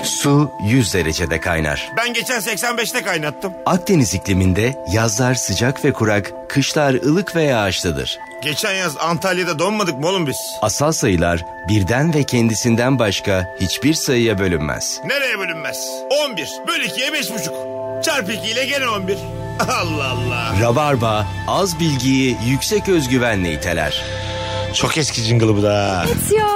Speaker 9: Su 100 derecede kaynar.
Speaker 2: Ben geçen 85'te kaynattım.
Speaker 9: Akdeniz ikliminde yazlar sıcak ve kurak, kışlar ılık ve yağışlıdır.
Speaker 2: Geçen yaz Antalya'da donmadık mı oğlum biz?
Speaker 9: Asal sayılar birden ve kendisinden başka hiçbir sayıya bölünmez.
Speaker 2: Nereye bölünmez? 11 böl 2'ye 5,5. Çarp 2 ile gene 11. Allah Allah.
Speaker 9: Rabarba az bilgiyi yüksek özgüvenle iteler.
Speaker 3: Çok eski jingle'ı bu da.
Speaker 4: Ya.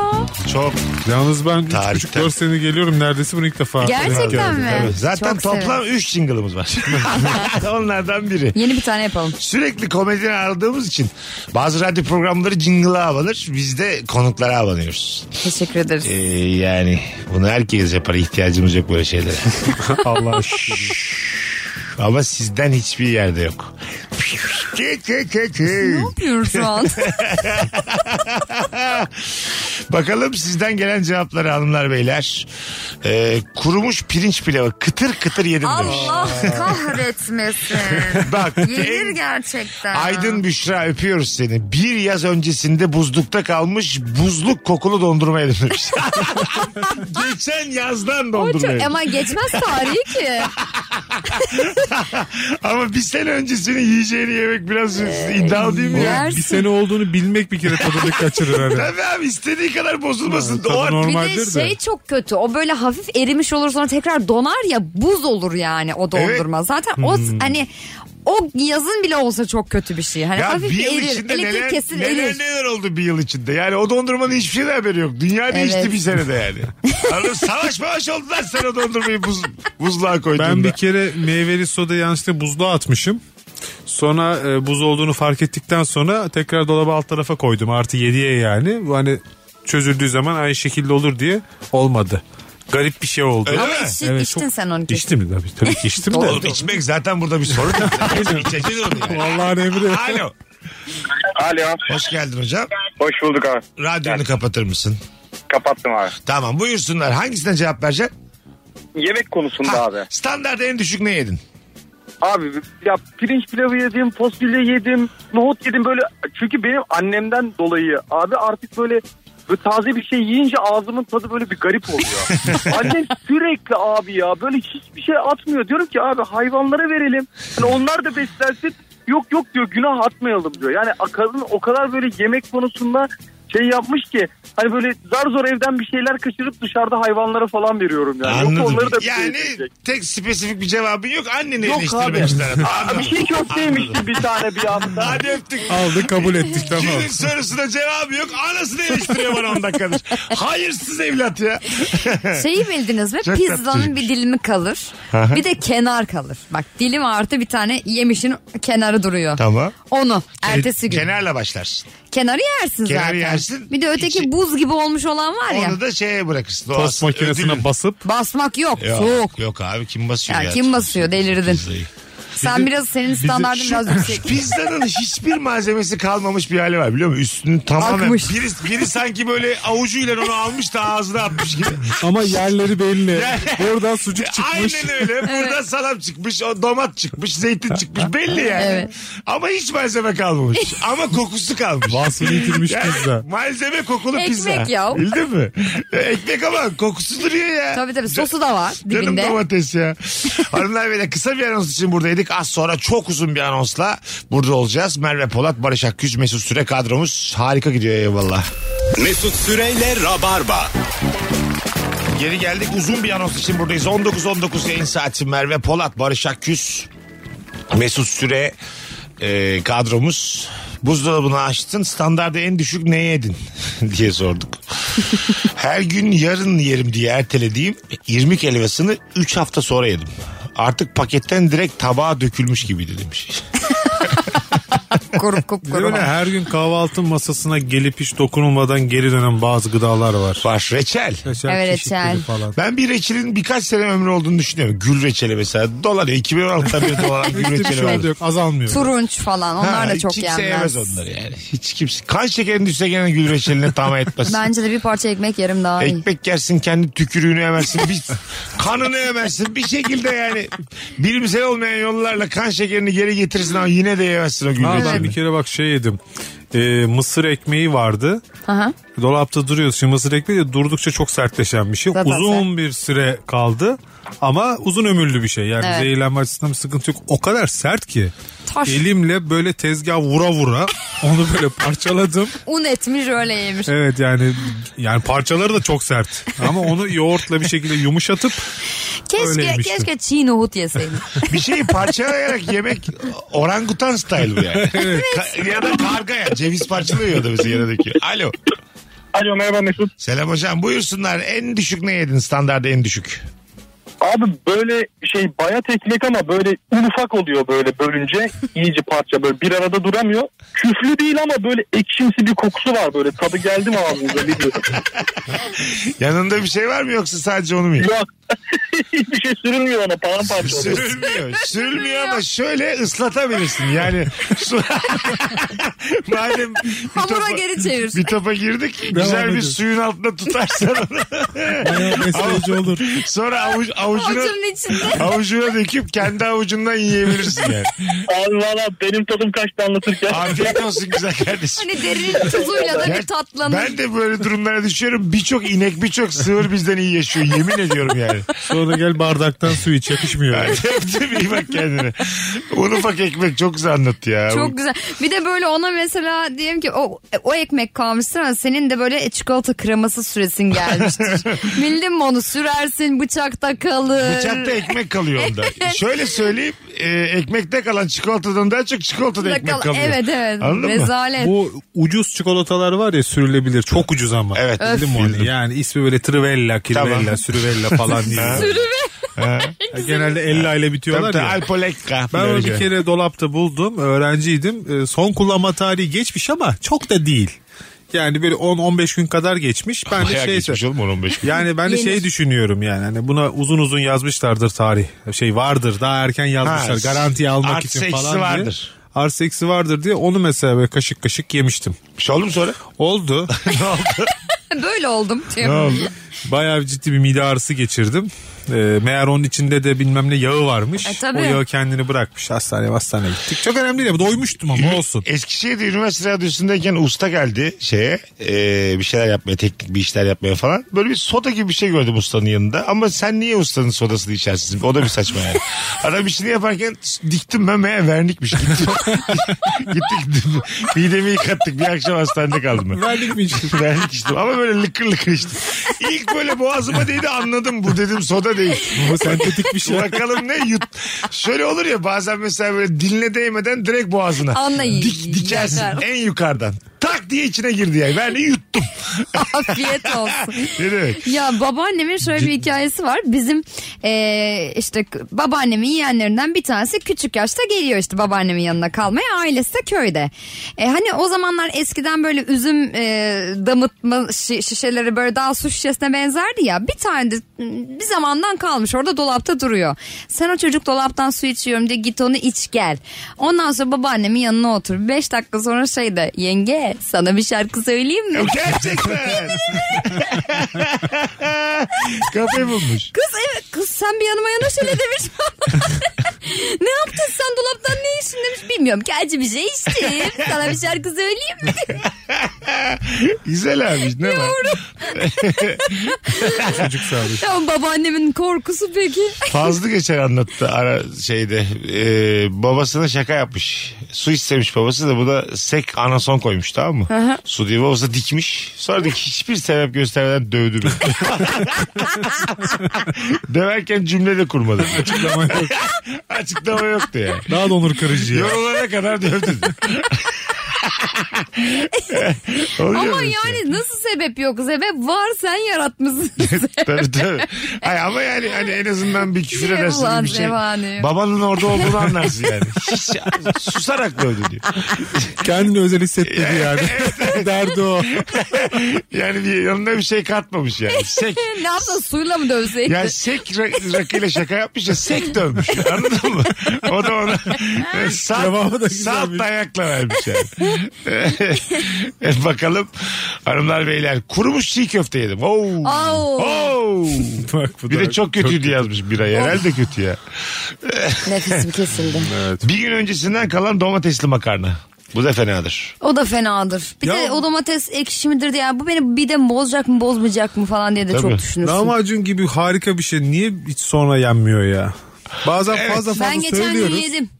Speaker 3: Çok.
Speaker 5: Yalnız ben
Speaker 3: Tarihten.
Speaker 5: 3,5-4 sene geliyorum neredeyse bunu ilk defa. denk
Speaker 4: Gerçekten
Speaker 5: geldim.
Speaker 4: mi?
Speaker 3: Evet, Zaten
Speaker 4: Çok
Speaker 3: toplam
Speaker 4: severim.
Speaker 3: 3 jingle'ımız var. Onlardan biri.
Speaker 4: Yeni bir tane yapalım.
Speaker 3: Sürekli komedyen aradığımız için bazı radyo programları jingle'a abanır. Biz de konuklara abanıyoruz.
Speaker 4: Teşekkür ederiz.
Speaker 3: Ee, yani bunu herkes yapar. ihtiyacımız yok böyle şeylere.
Speaker 5: Allah aşkına.
Speaker 3: Ama sizden hiçbir yerde yok. Kı kı kı kı.
Speaker 4: Ne yapıyoruz şu an?
Speaker 3: Bakalım sizden gelen cevapları hanımlar beyler. Ee, kurumuş pirinç pilavı kıtır kıtır yedim demiş.
Speaker 4: Allah kahretmesin.
Speaker 3: Bak
Speaker 4: Yenir
Speaker 3: en-
Speaker 4: gerçekten.
Speaker 3: Aydın Büşra öpüyoruz seni. Bir yaz öncesinde buzlukta kalmış buzluk kokulu dondurma yedim demiş. Geçen yazdan
Speaker 4: O
Speaker 3: dondurma
Speaker 4: çok,
Speaker 3: yedim.
Speaker 4: ama geçmez tarihi ki.
Speaker 3: Ama bir sene öncesini yiyeceğini yemek biraz
Speaker 4: Ee,
Speaker 3: iddialı değil mi? ya?
Speaker 4: yer-
Speaker 5: bir sene olduğunu bilmek bir kere tadını kaçırır hani.
Speaker 3: Tabii abi istediği kadar bozulmasın.
Speaker 5: Ha, tadı
Speaker 3: O an-
Speaker 5: normal.
Speaker 4: Bir de
Speaker 5: Normaldir de.
Speaker 4: şey çok kötü. O böyle hafif erimiş olur sonra tekrar donar ya buz olur yani o dondurma. Zaten o
Speaker 3: Hmm.
Speaker 4: hani o yazın bile olsa çok kötü bir şey. Hani
Speaker 3: Ya
Speaker 4: hafif
Speaker 3: bir yıl
Speaker 4: erir.
Speaker 3: içinde
Speaker 4: elektrik
Speaker 3: neler,
Speaker 4: kesin
Speaker 3: neler
Speaker 4: erir.
Speaker 3: neler oldu bir yıl içinde. Yani o dondurmanın hiçbir şeyden haberi yok. Dünya değişti bir senede yani. Anladın, savaş savaş oldular sen o dondurmayı buz, buzluğa koyduğunda.
Speaker 5: Ben bir kere meyveli soda yanlışlıkla buzluğa atmışım. Sonra e, buz olduğunu fark ettikten sonra tekrar dolaba alt tarafa koydum. Artı 7'ye yani. Bu hani çözüldüğü zaman aynı şekilde olur diye olmadı. Garip bir şey oldu.
Speaker 3: Öyle
Speaker 4: Ama
Speaker 3: mi?
Speaker 4: içtin,
Speaker 5: Evet,
Speaker 4: içtin
Speaker 5: çok-
Speaker 4: sen onu kesin.
Speaker 5: İçtim de tabii, tabii ki içtim de.
Speaker 3: Oğlum içmek zaten burada bir sorun. değil. İçeceğiz onu yani.
Speaker 5: Allah'ın emri.
Speaker 3: Alo.
Speaker 6: Alo.
Speaker 3: Hoş geldin hocam.
Speaker 6: Hoş bulduk abi.
Speaker 3: Radyonu kapatır mısın?
Speaker 6: Kapattım abi.
Speaker 3: Tamam buyursunlar. Hangisine cevap vereceksin?
Speaker 6: Yemek konusunda
Speaker 3: Ha,
Speaker 6: abi.
Speaker 3: Standart en düşük ne yedin?
Speaker 6: Abi ya pirinç pilavı yedim, fasulye yedim, nohut yedim böyle. Çünkü benim annemden dolayı abi artık böyle böyle taze bir şey yiyince ağzımın tadı böyle bir garip oluyor. Annem sürekli abi ya böyle hiçbir şey atmıyor. Diyorum ki abi hayvanlara verelim. Hani onlar da beslensin. Yok yok diyor günah atmayalım diyor. Yani kadın o kadar böyle yemek konusunda şey yapmış ki hani böyle zar zor evden bir şeyler kaçırıp dışarıda hayvanlara falan veriyorum yani. Yoksa
Speaker 3: Anladım.
Speaker 6: onları da bir şey
Speaker 3: yani
Speaker 6: yetecek.
Speaker 3: tek spesifik bir cevabın yok. Anneni
Speaker 6: Yok
Speaker 3: eleştirmemişler. Anladım.
Speaker 6: Bir şey köfteymişti bir tane bir anda.
Speaker 3: Hadi öptük.
Speaker 5: Aldık kabul ettik tamam.
Speaker 3: Kimin sorusuna cevabı yok. Anasını eleştiriyor bana 10 dakikadır. Hayırsız evlat ya.
Speaker 4: Şeyi bildiniz mi?
Speaker 3: Çok
Speaker 4: Pizzanın
Speaker 3: tatlıymış.
Speaker 4: bir dilimi kalır. bir de kenar kalır. Bak dilim artı bir tane yemişin kenarı duruyor.
Speaker 3: Tamam. Ee,
Speaker 4: Onu ertesi gün.
Speaker 3: E, Kenarla başlarsın.
Speaker 4: Kenarı yersin
Speaker 3: Kenarı
Speaker 4: zaten.
Speaker 3: yersin.
Speaker 4: Bir de öteki
Speaker 3: İçi-
Speaker 4: buz gibi olmuş olan var ya.
Speaker 3: Onu da şeye bırakırsın. O
Speaker 5: Tost
Speaker 3: aslında ödülün.
Speaker 5: makinesine basıp
Speaker 4: Basmak yok.
Speaker 3: Yok,
Speaker 4: Soğuk.
Speaker 3: Yok abi kim basıyor
Speaker 4: Ya
Speaker 3: ya?
Speaker 4: kim basıyor delirdin.
Speaker 3: Pizzayı.
Speaker 4: Sen biraz senin standartın biraz yüksek.
Speaker 3: Pizzanın hiçbir malzemesi kalmamış bir hali var biliyor musun? Üstünü tamamen
Speaker 4: Akmış.
Speaker 3: biri, biri sanki böyle avucuyla onu almış da ağzına atmış gibi.
Speaker 5: ama yerleri belli. Oradan sucuk çıkmış.
Speaker 3: Aynen öyle. Burada salam çıkmış, o domat çıkmış, zeytin çıkmış. Belli yani.
Speaker 4: Evet.
Speaker 3: Ama hiç malzeme kalmamış. Ama kokusu kalmış.
Speaker 5: Vasfını yitirmiş
Speaker 3: Yani
Speaker 5: pizza.
Speaker 3: malzeme kokulu
Speaker 4: Ekmek
Speaker 3: pizza.
Speaker 4: yav.
Speaker 3: Bildin mi? Ekmek ama kokusu duruyor ya.
Speaker 4: Tabii tabii sosu da var
Speaker 3: Canım
Speaker 4: dibinde.
Speaker 3: domates ya. Hanımlar beyler kısa bir anons için buradaydık. Az sonra çok uzun bir anonsla burada olacağız. Merve Polat, Barış Akgüz, Mesut Süre kadromuz harika gidiyor eyvallah.
Speaker 2: Mesut Süreyle Rabarba.
Speaker 3: Geri geldik uzun bir anons için buradayız. 19-19 yayın saati Merve Polat, Barış Akgüz, Mesut Süre e, kadromuz. Buzdolabını açtın standartta en düşük ne yedin diye sorduk. Her gün yarın yerim diye ertelediğim irmik helvasını 3 hafta sonra yedim. Artık paketten direkt tabağa dökülmüş gibiydi demiş.
Speaker 4: Kurup kup
Speaker 5: Böyle
Speaker 4: kurup.
Speaker 5: her gün kahvaltı masasına gelip hiç dokunulmadan geri dönen bazı gıdalar var.
Speaker 3: Var reçel.
Speaker 5: Reçel
Speaker 4: Evet,
Speaker 5: çeşitleri
Speaker 4: reçel.
Speaker 5: Falan.
Speaker 3: Ben bir reçelin birkaç sene ömrü olduğunu düşünüyorum. Gül reçeli mesela. Dolar ya, 2016'da bir dolar gül
Speaker 5: Hiçbir
Speaker 3: reçeli
Speaker 5: şey
Speaker 3: vardı.
Speaker 5: oldu yok azalmıyor.
Speaker 4: Turunç falan onlar
Speaker 3: Ha,
Speaker 4: da çok
Speaker 3: kimse
Speaker 4: yenmez.
Speaker 3: yemez onları yani. Hiç kimse. Kan şekerin düşse gene gül reçeline tam etmez.
Speaker 4: Bence de bir parça ekmek yerim daha iyi.
Speaker 3: Ekmek yersin kendi tükürüğünü emersin. Bir, kanını emersin. Bir şekilde yani bilimsel olmayan yollarla kan şekerini geri getirirsin ama yine de yemezsin o gül
Speaker 5: Ha, ben
Speaker 3: reçelini.
Speaker 5: bir kere bak şey yedim. Ee, mısır ekmeği vardı.
Speaker 4: Aha.
Speaker 5: Dolapta duruyor. Şimdi mısır ekmeği de durdukça çok sertleşen bir şey.
Speaker 4: Zaten
Speaker 5: uzun bir süre kaldı ama uzun ömürlü bir şey. Yani
Speaker 4: Evet.
Speaker 5: zehirlenme açısından bir sıkıntı yok. O kadar sert ki.
Speaker 4: Taş.
Speaker 5: Elimle böyle tezgah vura vura onu böyle parçaladım.
Speaker 4: Un etmiş öyle yemiş.
Speaker 5: Evet yani yani parçaları da çok sert. Ama onu yoğurtla bir şekilde yumuşatıp öyle
Speaker 4: Keşke
Speaker 5: yemiştim.
Speaker 4: keşke çiğ nohut yeseydim.
Speaker 3: Bir şeyi parçalayarak yemek orangutan style bu yani. Ka- ya da karga ya. Ceviz parçalıyor da bizi yere döküyor. Alo.
Speaker 6: Alo merhaba Mesut.
Speaker 3: Selam hocam. Buyursunlar. En düşük ne yedin? Standartta en düşük.
Speaker 6: Abi böyle şey bayat ekmek ama böyle un ufak oluyor böyle bölünce iyice parça böyle bir arada duramıyor. Küflü değil ama böyle ekşimsi bir kokusu var böyle tadı geldi mi ağzınıza bilmiyorum.
Speaker 3: Yanında bir şey var mı yoksa sadece onu mu yedin?
Speaker 6: Yok hiçbir şey sürülmüyor ona paramparça oluyor.
Speaker 3: Sürülmüyor. Sürülmüyor ama şöyle ıslatabilirsin. Yani su... madem bir
Speaker 4: Hamura
Speaker 3: topa-
Speaker 4: geri çevir.
Speaker 3: bir topa girdik güzel bir
Speaker 5: ediyoruz.
Speaker 3: suyun altında tutarsan onu.
Speaker 5: Bayağı besleyici olur.
Speaker 3: sonra avuc, avucuna
Speaker 4: Avucumun içinde.
Speaker 3: avucuna döküp kendi avucundan yiyebilirsin yani.
Speaker 6: Abi valla benim tadım kaçtı anlatırken.
Speaker 3: Afiyet olsun güzel kardeşim.
Speaker 4: Hani derinin tuzuyla da bir
Speaker 3: Ger-
Speaker 4: tatlanır.
Speaker 3: Ben de böyle durumlara düşüyorum. Birçok inek, birçok sığır bizden iyi yaşıyor. Yemin ediyorum yani.
Speaker 5: Sonra gel bardaktan su iç yakışmıyor.
Speaker 3: Öptüm iyi bak kendine. Un ufak ekmek çok güzel anlattı ya.
Speaker 4: Çok güzel. Bir de böyle ona mesela diyelim ki o o ekmek kalmıştır ama senin de böyle çikolata kreması süresin gelmiştir. Bildin mi onu sürersin bıçakta kalır.
Speaker 3: Bıçakta ekmek kalıyor onda. Şöyle söyleyeyim e, ekmekte kalan çikolatadan daha çok çikolatada
Speaker 4: Bıçakta
Speaker 3: ekmek
Speaker 4: kal-
Speaker 3: kalıyor.
Speaker 4: Evet evet.
Speaker 3: Anladın mı?
Speaker 4: Rezalet.
Speaker 5: Bu ucuz çikolatalar var ya sürülebilir. Çok ucuz ama.
Speaker 3: Evet.
Speaker 5: Bildin mi onu? Yani ismi böyle Trivella, Kirvella,
Speaker 3: Tamam.
Speaker 5: Sürüvella falan diye. Ya Genelde 50 ile
Speaker 3: Tabii
Speaker 5: bitiyorlar
Speaker 3: tabii
Speaker 5: ya.
Speaker 3: alpolekka.
Speaker 5: Ben
Speaker 3: falan
Speaker 5: onu bir
Speaker 3: öyle.
Speaker 5: kere dolapta buldum. Öğrenciydim. Ee, Son kullanma tarihi geçmiş ama çok da değil. Yani böyle 10-15 gün kadar geçmiş. Ben de
Speaker 3: Bayağı
Speaker 5: şey
Speaker 3: geçmiş oğlum 10-15 gün.
Speaker 5: yani ben de
Speaker 4: Yenir.
Speaker 5: şey düşünüyorum yani. Hani buna uzun uzun yazmışlardır tarih. Şey vardır. Daha erken
Speaker 3: Ha,
Speaker 5: yazmışlar. Garantiye almak
Speaker 3: artı
Speaker 5: için
Speaker 3: eksisi
Speaker 5: falan diye.
Speaker 3: vardır.
Speaker 5: artı eksi vardır diye onu mesela böyle kaşık kaşık yemiştim.
Speaker 3: Bir şey oldu mu sonra?
Speaker 5: Oldu.
Speaker 3: ne oldu?
Speaker 4: Böyle oldum
Speaker 3: ne
Speaker 4: diyor.
Speaker 3: oldu?
Speaker 5: Bayağı bir ciddi bir mide ağrısı geçirdim. Ee, meğer onun içinde de bilmem ne yağı varmış.
Speaker 4: E, tabii.
Speaker 5: O yağı kendini bırakmış. Hastaneye hastaneye gittik. Çok önemli değil. ama Doymuştum ama olsun.
Speaker 3: Eskişehir'de üniversite radyosundayken usta geldi şeye e, bir şeyler yapmaya teknik bir işler yapmaya falan. Böyle bir soda gibi bir şey gördüm ustanın yanında ama sen niye ustanın sodasını içersin? O da bir saçma yani. Adam işini yaparken diktim ben meğer vernikmiş. Gittim, gittik midemi yıkattık bir akşam hastanede kaldım ben.
Speaker 5: Verdik mi içtim?
Speaker 3: Vernik içtim ama böyle lıkır lıkır içtim. İlk böyle boğazıma değdi anladım bu dedim soda değil.
Speaker 5: Bu sentetik bir şey.
Speaker 3: Bakalım ne yut. Şöyle olur ya bazen mesela böyle diline değmeden direkt boğazına.
Speaker 4: Anlayın.
Speaker 3: Dik, dikersin
Speaker 4: Yakar.
Speaker 3: en yukarıdan. Tak diye içine girdi yani. Ben de yuttum.
Speaker 4: Afiyet olsun.
Speaker 3: Ne demek?
Speaker 4: Ya babaannemin şöyle bir hikayesi var. Bizim eee, işte k- babaannemin yeğenlerinden bir tanesi küçük yaşta geliyor işte babaannemin yanına kalmaya. Ailesi de köyde. E, hani o zamanlar eskiden böyle üzüm eee, damıtma şi- şişeleri böyle daha su şişesine benzerdi ya. Bir tane de m, bir zamandan kalmış orada dolapta duruyor. Sen o çocuk dolaptan su içiyorum diye git onu iç gel. Ondan sonra babaannemin yanına otur. Beş dakika sonra şey de yenge sana bir şarkı söyleyeyim mi?
Speaker 3: Gerçekten. Kafayı bulmuş.
Speaker 4: Kız evet kız sen bir yanıma yanaş hele demiş. ne yaptın sen dolaptan ne içtin demiş. Bilmiyorum gerçi bir şey içtim. Sana bir şarkı söyleyeyim mi?
Speaker 3: Güzel abi. Ne var?
Speaker 5: Çocuk sağlığı.
Speaker 4: Tamam babaannemin korkusu peki.
Speaker 3: Fazlı geçer anlattı ara şeyde. Ee, babasına şaka yapmış. Su istemiş babası da bu da sek anason koymuş tamam mı? Su diye babası dikmiş. Sonra da hiçbir sebep göstermeden dövdü beni. Döverken cümle de kurmadı.
Speaker 5: Açıklama yok.
Speaker 3: Açıklama yoktu yani.
Speaker 5: Daha da onur kırıcı ya.
Speaker 3: Yorulana kadar dövdün. Oluyor
Speaker 4: Ama
Speaker 3: mesela.
Speaker 4: yani nasıl sebep yok? Sebep var sen yaratmışsın.
Speaker 3: tabii tabii. Ay, ama yani hani en azından bir küfür
Speaker 4: Niye
Speaker 3: edersin
Speaker 4: ulan
Speaker 3: bir şey.
Speaker 4: zevani?
Speaker 3: Babanın orada olduğunu anlarsın yani. Hiç susarak dövdü diyor.
Speaker 5: Kendini özel hissetmedi yani. Derdi o.
Speaker 3: Yani bir, yanına bir şey katmamış yani. Sek.
Speaker 4: ne yapsın suyla mı dövseydin?
Speaker 3: Ya sek ra- rakıyla şaka yapmış ya sek dövmüş. Anladın mı? O da ona
Speaker 5: Cevabı da
Speaker 3: saat, saat
Speaker 5: güzelmiş.
Speaker 3: dayakla vermiş yani. E, Bakalım hanımlar beyler kurumuş çiğ köfte yedim. Oo.
Speaker 4: Au.
Speaker 3: Oo.
Speaker 5: Bak bu
Speaker 3: Bir
Speaker 5: da
Speaker 3: de çok kötüydü yazmış bira. Herhalde kötü ya.
Speaker 4: Nefesim kesildi.
Speaker 3: Bir gün öncesinden kalan domatesli makarna. Bu da fenadır.
Speaker 4: O da fenadır. Bir
Speaker 5: Ya-
Speaker 4: de o domates ekşi midir diye. Bu beni bir de bozacak mı bozmayacak mı falan diye de
Speaker 3: Tabii.
Speaker 4: çok düşünürsün.
Speaker 5: Lahmacun gibi harika bir şey. Niye hiç sonra yenmiyor ya? Bazen fazla fazla
Speaker 4: ben geçen gün
Speaker 5: söylüyoruz.
Speaker 4: yedim.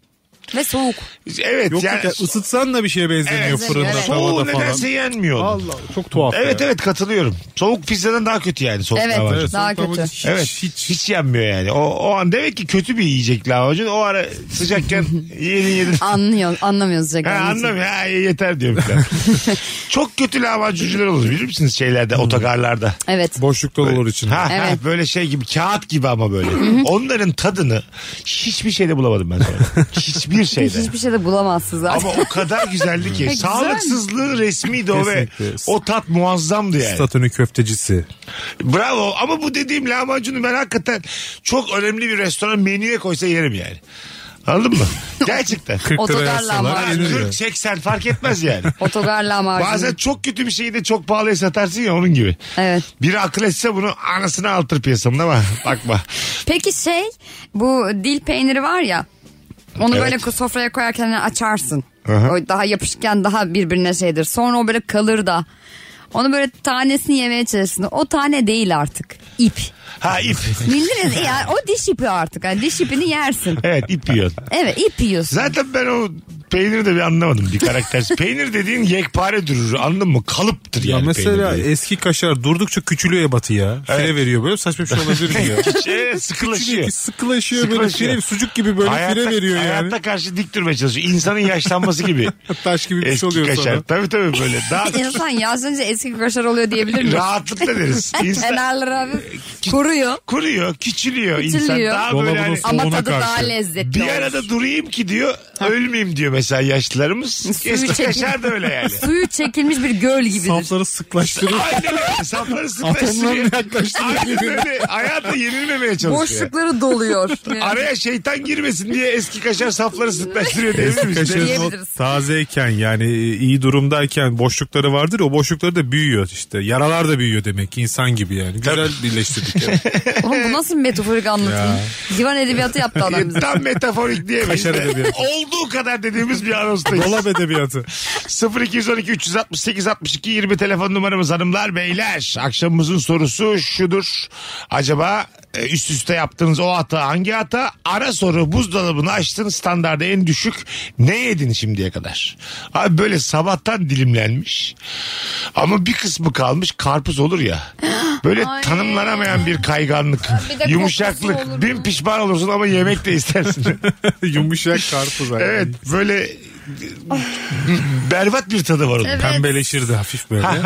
Speaker 4: Ve soğuk.
Speaker 3: Evet
Speaker 5: Yok
Speaker 3: yani
Speaker 5: yok ya, ısıtsan da bir şeye benzemiyor
Speaker 3: Evet.
Speaker 5: fırında
Speaker 4: Evet.
Speaker 5: tavada
Speaker 3: soğuğu
Speaker 5: falan.
Speaker 3: nedense yenmiyor.
Speaker 5: Allah çok tuhaf.
Speaker 3: Evet
Speaker 5: ya.
Speaker 3: evet katılıyorum. Soğuk pizzadan daha kötü yani soğuk
Speaker 4: Evet.
Speaker 3: lahmacun.
Speaker 5: Evet,
Speaker 4: Daha
Speaker 5: soğuk tavada
Speaker 4: kötü.
Speaker 5: Hiç,
Speaker 3: Evet
Speaker 5: hiç,
Speaker 3: hiç, yenmiyor yani. O, o an demek ki kötü bir yiyecek lahmacun. O ara sıcakken yedin yedin.
Speaker 4: Anlıyor, anlamıyoruz.
Speaker 3: Ha,
Speaker 4: Anlamıyorum.
Speaker 3: anlamıyorum ya yeter diyorum. falan. Çok kötü lahmacuncular olur bilir misiniz şeylerde
Speaker 5: Hmm.
Speaker 3: otogarlarda.
Speaker 4: Evet.
Speaker 5: boşlukta olur içinde.
Speaker 3: Ha, ha,
Speaker 4: Evet.
Speaker 3: böyle şey gibi kağıt gibi ama böyle. Onların tadını hiçbir şeyde bulamadım ben sonra. Hiçbir şeyde.
Speaker 4: Hiçbir şey de bulamazsınız zaten.
Speaker 3: Ama o kadar güzeldi ki.
Speaker 4: güzel.
Speaker 3: Sağlıksızlığı resmiydi o ve
Speaker 5: Kesinlikle.
Speaker 3: o tat muazzamdı yani.
Speaker 5: Statünü köftecisi.
Speaker 3: Bravo ama bu dediğim lahmacunu ben hakikaten çok önemli bir restoran menüye koysa yerim yani. Anladın mı? Gerçekten.
Speaker 5: 40 lira
Speaker 4: Otogarla
Speaker 5: yazsalar
Speaker 4: ama.
Speaker 5: yenir ya.
Speaker 3: 40-80 fark etmez yani.
Speaker 4: Otogar lahmacun.
Speaker 3: Bazen çok kötü bir şeyi de çok pahalıya satarsın ya onun gibi.
Speaker 4: Evet.
Speaker 3: Biri akıl etse bunu anasını altır piyasamda ama bakma.
Speaker 4: Peki şey bu dil peyniri var ya. Onu
Speaker 3: Evet.
Speaker 4: böyle ku- sofraya koyarken hani açarsın.
Speaker 3: Aha.
Speaker 4: O daha yapışken daha birbirine şeydir. Sonra o böyle kalır da. Onu böyle tanesini yemeye çalışırsın. O tane değil artık. İp.
Speaker 3: Ha ip.
Speaker 4: Bildiniz mi? yani o diş ipi artık. Yani diş ipini yersin.
Speaker 3: Evet ip yiyorsun.
Speaker 4: Evet ip yiyorsun.
Speaker 3: Zaten ben o peyniri de bir anlamadım bir karakter. peynir dediğin yekpare durur anladın mı? Kalıptır
Speaker 5: Ya
Speaker 3: yani
Speaker 5: mesela
Speaker 3: peynir.
Speaker 5: eski kaşar durdukça küçülüyor ya batı ya. File veriyor böyle saçma bir şey olabilir mi ya?
Speaker 3: Evet
Speaker 5: Küçülüyor,
Speaker 3: sıkılaşıyor.
Speaker 5: ki sıkılaşıyor, böyle
Speaker 3: Sıkılaşıyor.
Speaker 5: file, sucuk gibi böyle file veriyor yani.
Speaker 3: Hayatta karşı dik durmaya çalışıyor. İnsanın yaşlanması gibi.
Speaker 5: Taş gibi bir şey
Speaker 3: Eski
Speaker 5: oluyor
Speaker 3: kaşar.
Speaker 5: sonra.
Speaker 3: Tabii tabii böyle. Daha
Speaker 4: İnsan yaşlanınca eski kaşar oluyor diyebilir mi?
Speaker 3: rahatlıkla deriz. İnsan
Speaker 4: Kenarları abi kuruyor.
Speaker 3: kuruyor, küçülüyor, insan.
Speaker 4: Küçülüyor.
Speaker 3: Daha böyle
Speaker 5: Dolabın
Speaker 3: hani
Speaker 5: olsun.
Speaker 4: Ama
Speaker 5: Soğuğuna
Speaker 4: tadı daha
Speaker 5: karşı.
Speaker 4: lezzetli
Speaker 3: bir
Speaker 4: olur.
Speaker 3: arada durayım ki diyor Ölmeyeyim diyor mesela yaşlılarımız.
Speaker 4: Suyu
Speaker 3: Eski
Speaker 4: çekin.
Speaker 3: yaşlar da öyle yani.
Speaker 4: Suyu çekilmiş bir göl gibidir.
Speaker 5: Safları sıklaştırıyor.
Speaker 3: Aynen öyle. Sapları
Speaker 5: Atomların
Speaker 3: sıklaştırıyor.
Speaker 5: yaklaştığını
Speaker 3: Aynen
Speaker 5: görüyor.
Speaker 3: öyle. Hayata yenilmemeye çalışıyor.
Speaker 4: Boşlukları doluyor.
Speaker 3: Araya şeytan girmesin diye eski kaşar safları sıklaştırıyor diyebilir miyiz?
Speaker 5: Kaşarın o
Speaker 4: Diyebiliriz.
Speaker 5: tazeyken yani iyi durumdayken boşlukları vardır. O boşlukları da büyüyor işte. Yaralar da büyüyor demek ki insan gibi yani. Güzel birleştirdik. Yani.
Speaker 4: Oğlum bu nasıl bir metaforik anlatım?
Speaker 5: Ya.
Speaker 4: Divan edebiyatı yaptı adam bize.
Speaker 3: Tam metaforik diyemeyiz.
Speaker 5: Kaşar edebiyatı.
Speaker 3: Olduğu kadar dediğimiz bir anonstayız.
Speaker 5: Dolap edebiyatı.
Speaker 3: 0212 368 62 20 telefon numaramız hanımlar beyler. Akşamımızın sorusu şudur. Acaba e, üst üste yaptığınız o hata hangi hata? Ara soru buzdolabını açtın standarda en düşük ne yedin şimdiye kadar? Abi böyle sabahtan dilimlenmiş ama bir kısmı kalmış karpuz olur ya. Böyle
Speaker 4: Ay.
Speaker 3: tanımlanamayan bir kayganlık,
Speaker 4: Bir de kokusu olur
Speaker 3: yumuşaklık. Bin pişman olursun ama yemek de istersin.
Speaker 5: Yumuşak karpuz. yani.
Speaker 3: Evet böyle berbat bir tadı var onun.
Speaker 4: Evet.
Speaker 5: Pembeleşirdi hafif böyle.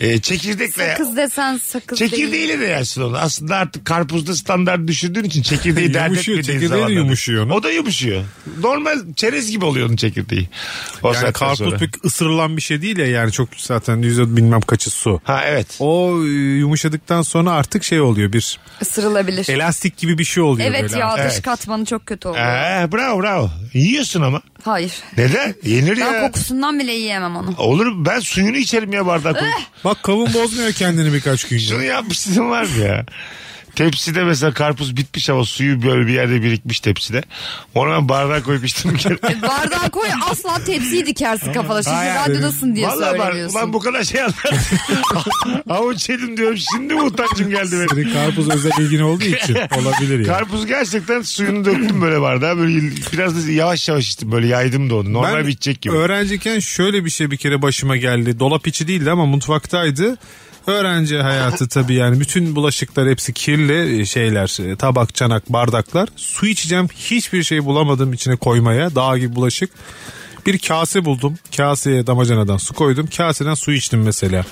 Speaker 3: Ee, çekirdekle
Speaker 4: Sakız desen sakız değil.
Speaker 3: Çekirdeğiyle de yersin onu. Aslında artık karpuzda standart düşürdüğün için çekirdeği dert
Speaker 5: Yumuşuyor,
Speaker 3: etmediğin
Speaker 5: çekirdeği de
Speaker 3: zamanlarda.
Speaker 5: yumuşuyor, ne?
Speaker 3: O da yumuşuyor. Normal çerez gibi oluyor onun çekirdeği. O
Speaker 5: Yani
Speaker 3: saatten
Speaker 5: karpuz
Speaker 3: sonra.
Speaker 5: pek ısırılan bir şey değil ya yani çok zaten yüzde bilmem kaçı su.
Speaker 3: Ha evet.
Speaker 5: O e, yumuşadıktan sonra artık şey oluyor bir
Speaker 4: Isırılabilir.
Speaker 5: elastik gibi bir şey oluyor
Speaker 4: evet
Speaker 5: böyle.
Speaker 4: ya
Speaker 5: artık.
Speaker 4: dış
Speaker 3: Evet.
Speaker 4: katmanı çok kötü oldu.
Speaker 3: Ee, bravo bravo. Yiyorsun ama.
Speaker 4: Hayır.
Speaker 3: Neden? Yenir
Speaker 4: Ben
Speaker 3: ya.
Speaker 4: kokusundan bile yiyemem onu.
Speaker 3: Olur ben suyunu içerim ya bardak. koyup.
Speaker 5: Bak kavun bozmuyor kendini birkaç
Speaker 3: Şunu
Speaker 5: gün.
Speaker 3: yapmışsın var mı ya? Tepside mesela karpuz bitmiş ama suyu böyle bir yerde birikmiş tepside. Onu ben bardağa koyup içtim bir kere.
Speaker 4: Bardağı koy asla tepsiyi dikersin kafada. Şimdi
Speaker 3: Hayır.
Speaker 4: radyodasın diye
Speaker 3: Vallahi ben,
Speaker 4: söylemiyorsun.
Speaker 3: ulan bu kadar şey anlattım. Havuç yedim diyorum şimdi mi utancım geldi benim.
Speaker 5: Senin karpuz özel ilgin olduğu için olabilir ya.
Speaker 3: Karpuz gerçekten suyunu döktüm böyle bardağa. Böyle biraz da yavaş yavaş içtim böyle yaydım da onu. Normal bitecek gibi.
Speaker 5: öğrenciyken şöyle bir şey bir kere başıma geldi. Dolap içi değildi ama mutfaktaydı. Öğrenci hayatı tabii yani bütün bulaşıklar hepsi kirli şeyler e, tabak çanak bardaklar su içeceğim hiçbir şey bulamadım içine koymaya dağ gibi bulaşık bir kase buldum kaseye damacanadan su koydum kaseden su içtim mesela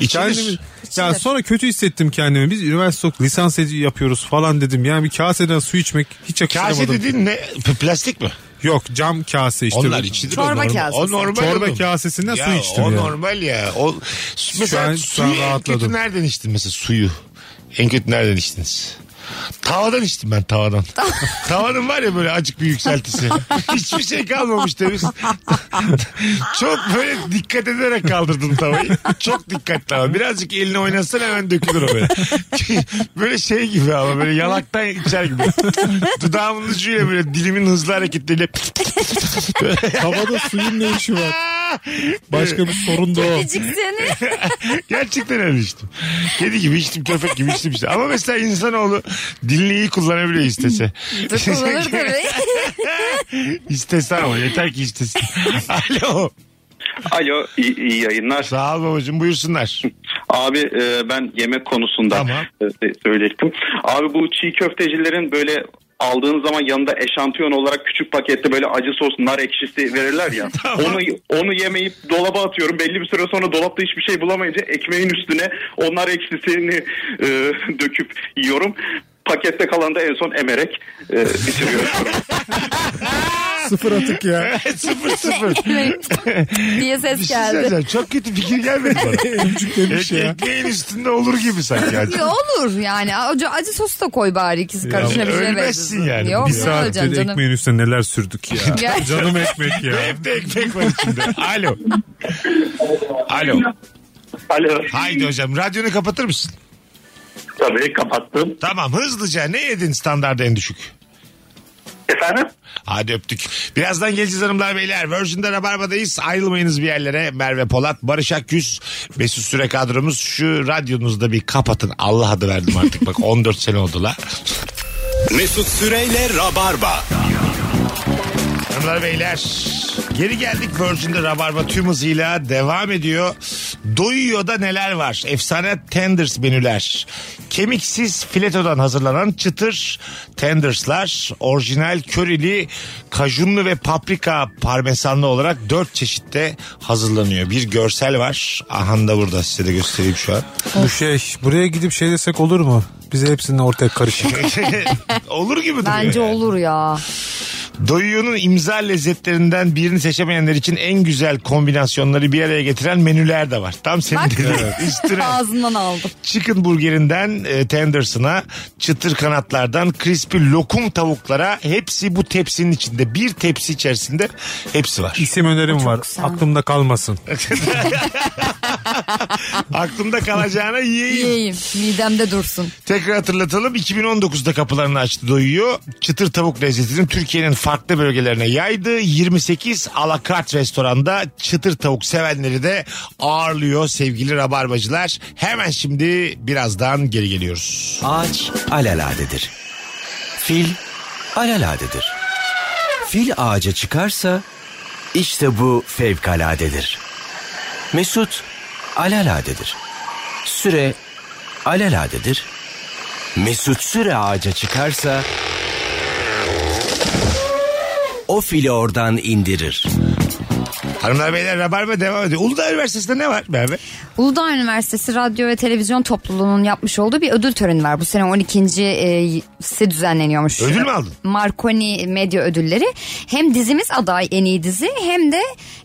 Speaker 3: İçilir.
Speaker 5: Kendimi- ya sonra kötü hissettim kendimi biz üniversite ok- lisans ed- yapıyoruz falan dedim yani bir kaseden su içmek hiç
Speaker 3: Kase
Speaker 5: yakıştıramadım
Speaker 3: dediğin ne? P- Plastik mi?
Speaker 5: yok cam kase işte
Speaker 3: Onlar
Speaker 5: Bu-
Speaker 3: içilir.
Speaker 4: Çorba
Speaker 3: o normal.
Speaker 4: kasesi.
Speaker 3: O normal
Speaker 5: Çorba
Speaker 3: oğlum.
Speaker 5: kasesinden
Speaker 3: Ya
Speaker 5: su içtim
Speaker 3: O
Speaker 5: ya.
Speaker 3: normal ya. O, mesela
Speaker 5: an- şu an
Speaker 3: suyu en
Speaker 5: rahatladım.
Speaker 3: kötü nereden içtin mesela suyu? En kötü nereden içtiniz? Tavadan içtim ben tavadan. Tavanın var ya böyle acık bir yükseltisi. Hiçbir şey kalmamış temiz. Çok böyle dikkat ederek kaldırdım tavayı. Çok dikkatli ama. Birazcık elini oynatsan hemen dökülür o böyle. böyle şey gibi ama böyle yalaktan içer gibi. Dudağımın ucuyla böyle dilimin hızlı hareketleriyle
Speaker 5: Havada suyun ne işi var? Başka bir sorun da o.
Speaker 4: Kedicik seni.
Speaker 3: Gerçekten öyle içtim. Kedi gibi içtim, köpek gibi içtim işte. Ama mesela insanoğlu dilini iyi kullanabiliyor istese.
Speaker 4: Kullanır tabii.
Speaker 3: istese ama yeter ki istesin. Alo.
Speaker 10: Alo iyi, iyi yayınlar.
Speaker 3: Sağ ol babacığım buyursunlar.
Speaker 10: Abi e, ben yemek konusunda
Speaker 3: Tamam.
Speaker 10: e, e, söyleyecektim. Abi bu çiğ köftecilerin böyle aldığın zaman yanında eşantiyon olarak küçük pakette böyle acı sos nar ekşisi verirler ya. Onu onu yemeyip dolaba atıyorum. Belli bir süre sonra dolapta hiçbir şey bulamayınca ekmeğin üstüne o nar ekşisini e, döküp yiyorum. Pakette kalanı da en son emerek e, bitiriyorum.
Speaker 5: Sıfır atık ya.
Speaker 3: sıfır sıfır.
Speaker 4: diye
Speaker 3: Bir
Speaker 4: ses
Speaker 3: şey
Speaker 4: geldi.
Speaker 3: söyleyeceğim. Çok kötü fikir gelmedi bana.
Speaker 5: Emcik demiş
Speaker 3: Ek-
Speaker 5: ya.
Speaker 3: ekmeğin üstünde olur gibi sanki. Yani.
Speaker 4: Ya olur yani. Acı, acı sos da koy bari ikisi karışabileceği
Speaker 3: ölmezsin
Speaker 4: mevzusu.
Speaker 3: yani.
Speaker 4: Yok,
Speaker 5: Bir
Speaker 4: ne olacaksın
Speaker 5: saattir
Speaker 4: canım?
Speaker 5: ekmeğin üstüne neler sürdük ya.
Speaker 4: Gel.
Speaker 5: Canım ekmek ya.
Speaker 3: Hep de ekmek var içinde. Alo. Alo.
Speaker 10: Alo.
Speaker 3: Haydi hocam radyonu kapatır mısın?
Speaker 10: Tabii kapattım.
Speaker 3: Tamam hızlıca ne yedin standarda en düşük?
Speaker 10: Efendim?
Speaker 3: Hadi öptük. Birazdan geleceğiz hanımlar beyler. Virgin'de Rabarba'dayız. Ayrılmayınız bir yerlere. Merve Polat, Barış Akgüz, Mesut Süre kadromuz. Şu radyonuzu da bir kapatın. Allah adı verdim artık. Bak 14 sene oldu la.
Speaker 2: Mesut Süreyle Rabarba.
Speaker 3: Hanımlar beyler. Geri geldik Virgin'de Rabarba tüm hızıyla devam ediyor. Doyuyor da neler var? Efsane tenders menüler. Kemiksiz filetodan hazırlanan çıtır tenderslar. Orijinal körili, kajunlu ve paprika parmesanlı olarak dört çeşitte hazırlanıyor. Bir görsel var. Ahan da burada size de göstereyim şu an.
Speaker 5: Bu şey buraya gidip şey desek olur mu? Bize hepsinin ortaya karışık.
Speaker 3: Olur gibi duruyor.
Speaker 4: Bence
Speaker 3: yani.
Speaker 4: olur ya.
Speaker 3: Doyu'nun imza lezzetlerinden birini seçemeyenler için en güzel kombinasyonları bir araya getiren menüler de var. Tam senin
Speaker 4: Bak.
Speaker 3: dediğin. Üstüne
Speaker 4: Ağzından aldım.
Speaker 3: chicken burgerinden e, tendersına, çıtır kanatlardan crispy lokum tavuklara hepsi bu tepsinin içinde. Bir tepsi içerisinde hepsi var.
Speaker 5: İsim önerim var.
Speaker 4: güzel.
Speaker 5: Aklımda kalmasın.
Speaker 3: Aklımda kalacağına yiyeyim.
Speaker 4: Yiyeyim. Midemde dursun.
Speaker 3: Tekrar hatırlatalım 2019'da kapılarını açtı doyuyor. Çıtır tavuk lezzetini Türkiye'nin farklı bölgelerine yaydı. 28 alakart restoranda çıtır tavuk sevenleri de ağırlıyor sevgili rabarbacılar. Hemen şimdi birazdan geri geliyoruz.
Speaker 9: Ağaç alaladedir. Fil alaladedir. Fil ağaca çıkarsa işte bu fevkaladedir. Mesut alaladedir. Süre alaladedir. Mesut süre ağaca çıkarsa o fili oradan indirir.
Speaker 3: Hanımlar beyler rabarba devam ediyor. Uludağ Üniversitesi'nde ne var Merve?
Speaker 4: Uludağ Üniversitesi Radyo ve Televizyon Topluluğu'nun yapmış olduğu bir ödül töreni var. Bu sene 12. e, si düzenleniyormuş.
Speaker 3: Ödül mü aldın?
Speaker 4: Marconi Medya Ödülleri. Hem dizimiz aday en iyi dizi hem de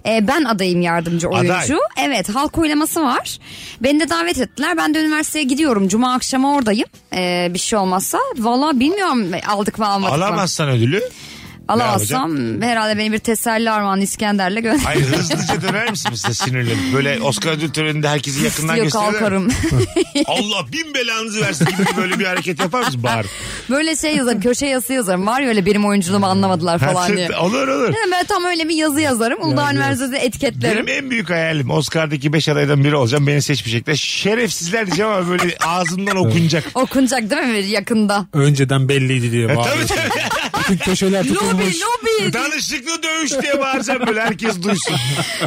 Speaker 4: e, ben adayım yardımcı
Speaker 3: Aday.
Speaker 4: oyuncu. Evet halk oylaması var. Beni de davet ettiler. Ben de üniversiteye gidiyorum. Cuma akşamı oradayım. E, bir şey olmazsa. Valla bilmiyorum aldık mı almadık mı.
Speaker 3: Alamazsan ödülü.
Speaker 4: Alamazsam herhalde beni bir teselli armağanı İskender'le gönder.
Speaker 3: Hayır hızlıca döner misin mesela sinirlenip? Böyle Oscar ödül töreninde herkesi yakından
Speaker 4: Yok
Speaker 3: gösterir.
Speaker 4: kalkarım.
Speaker 3: Allah bin belanızı versin gibi böyle bir hareket yapar mısın? Bağır.
Speaker 4: Böyle şey yazarım köşe yazısı yazarım. Var ya öyle benim
Speaker 3: Hmm.
Speaker 4: oyunculuğumu anlamadılar falan diye.
Speaker 3: şey- olur olur.
Speaker 4: Dedim ben tam öyle bir yazı yazarım. Uludağ Üniversitesi'nde etiketlerim.
Speaker 3: Benim en büyük hayalim Oscar'daki 5 adaydan biri olacağım. Beni seçmeyecekler. Şerefsizler diyeceğim ama böyle ağzımdan okunacak.
Speaker 4: Okunacak değil mi yakında?
Speaker 5: Önceden belliydi diye
Speaker 3: E,
Speaker 5: bağırıyor.
Speaker 3: tabii tabii.
Speaker 5: Bütün köşeler
Speaker 4: Lobi
Speaker 5: tutulmuş.
Speaker 4: lobi.
Speaker 3: Danışıklı dövüş diye bağıracağım böyle herkes duysun.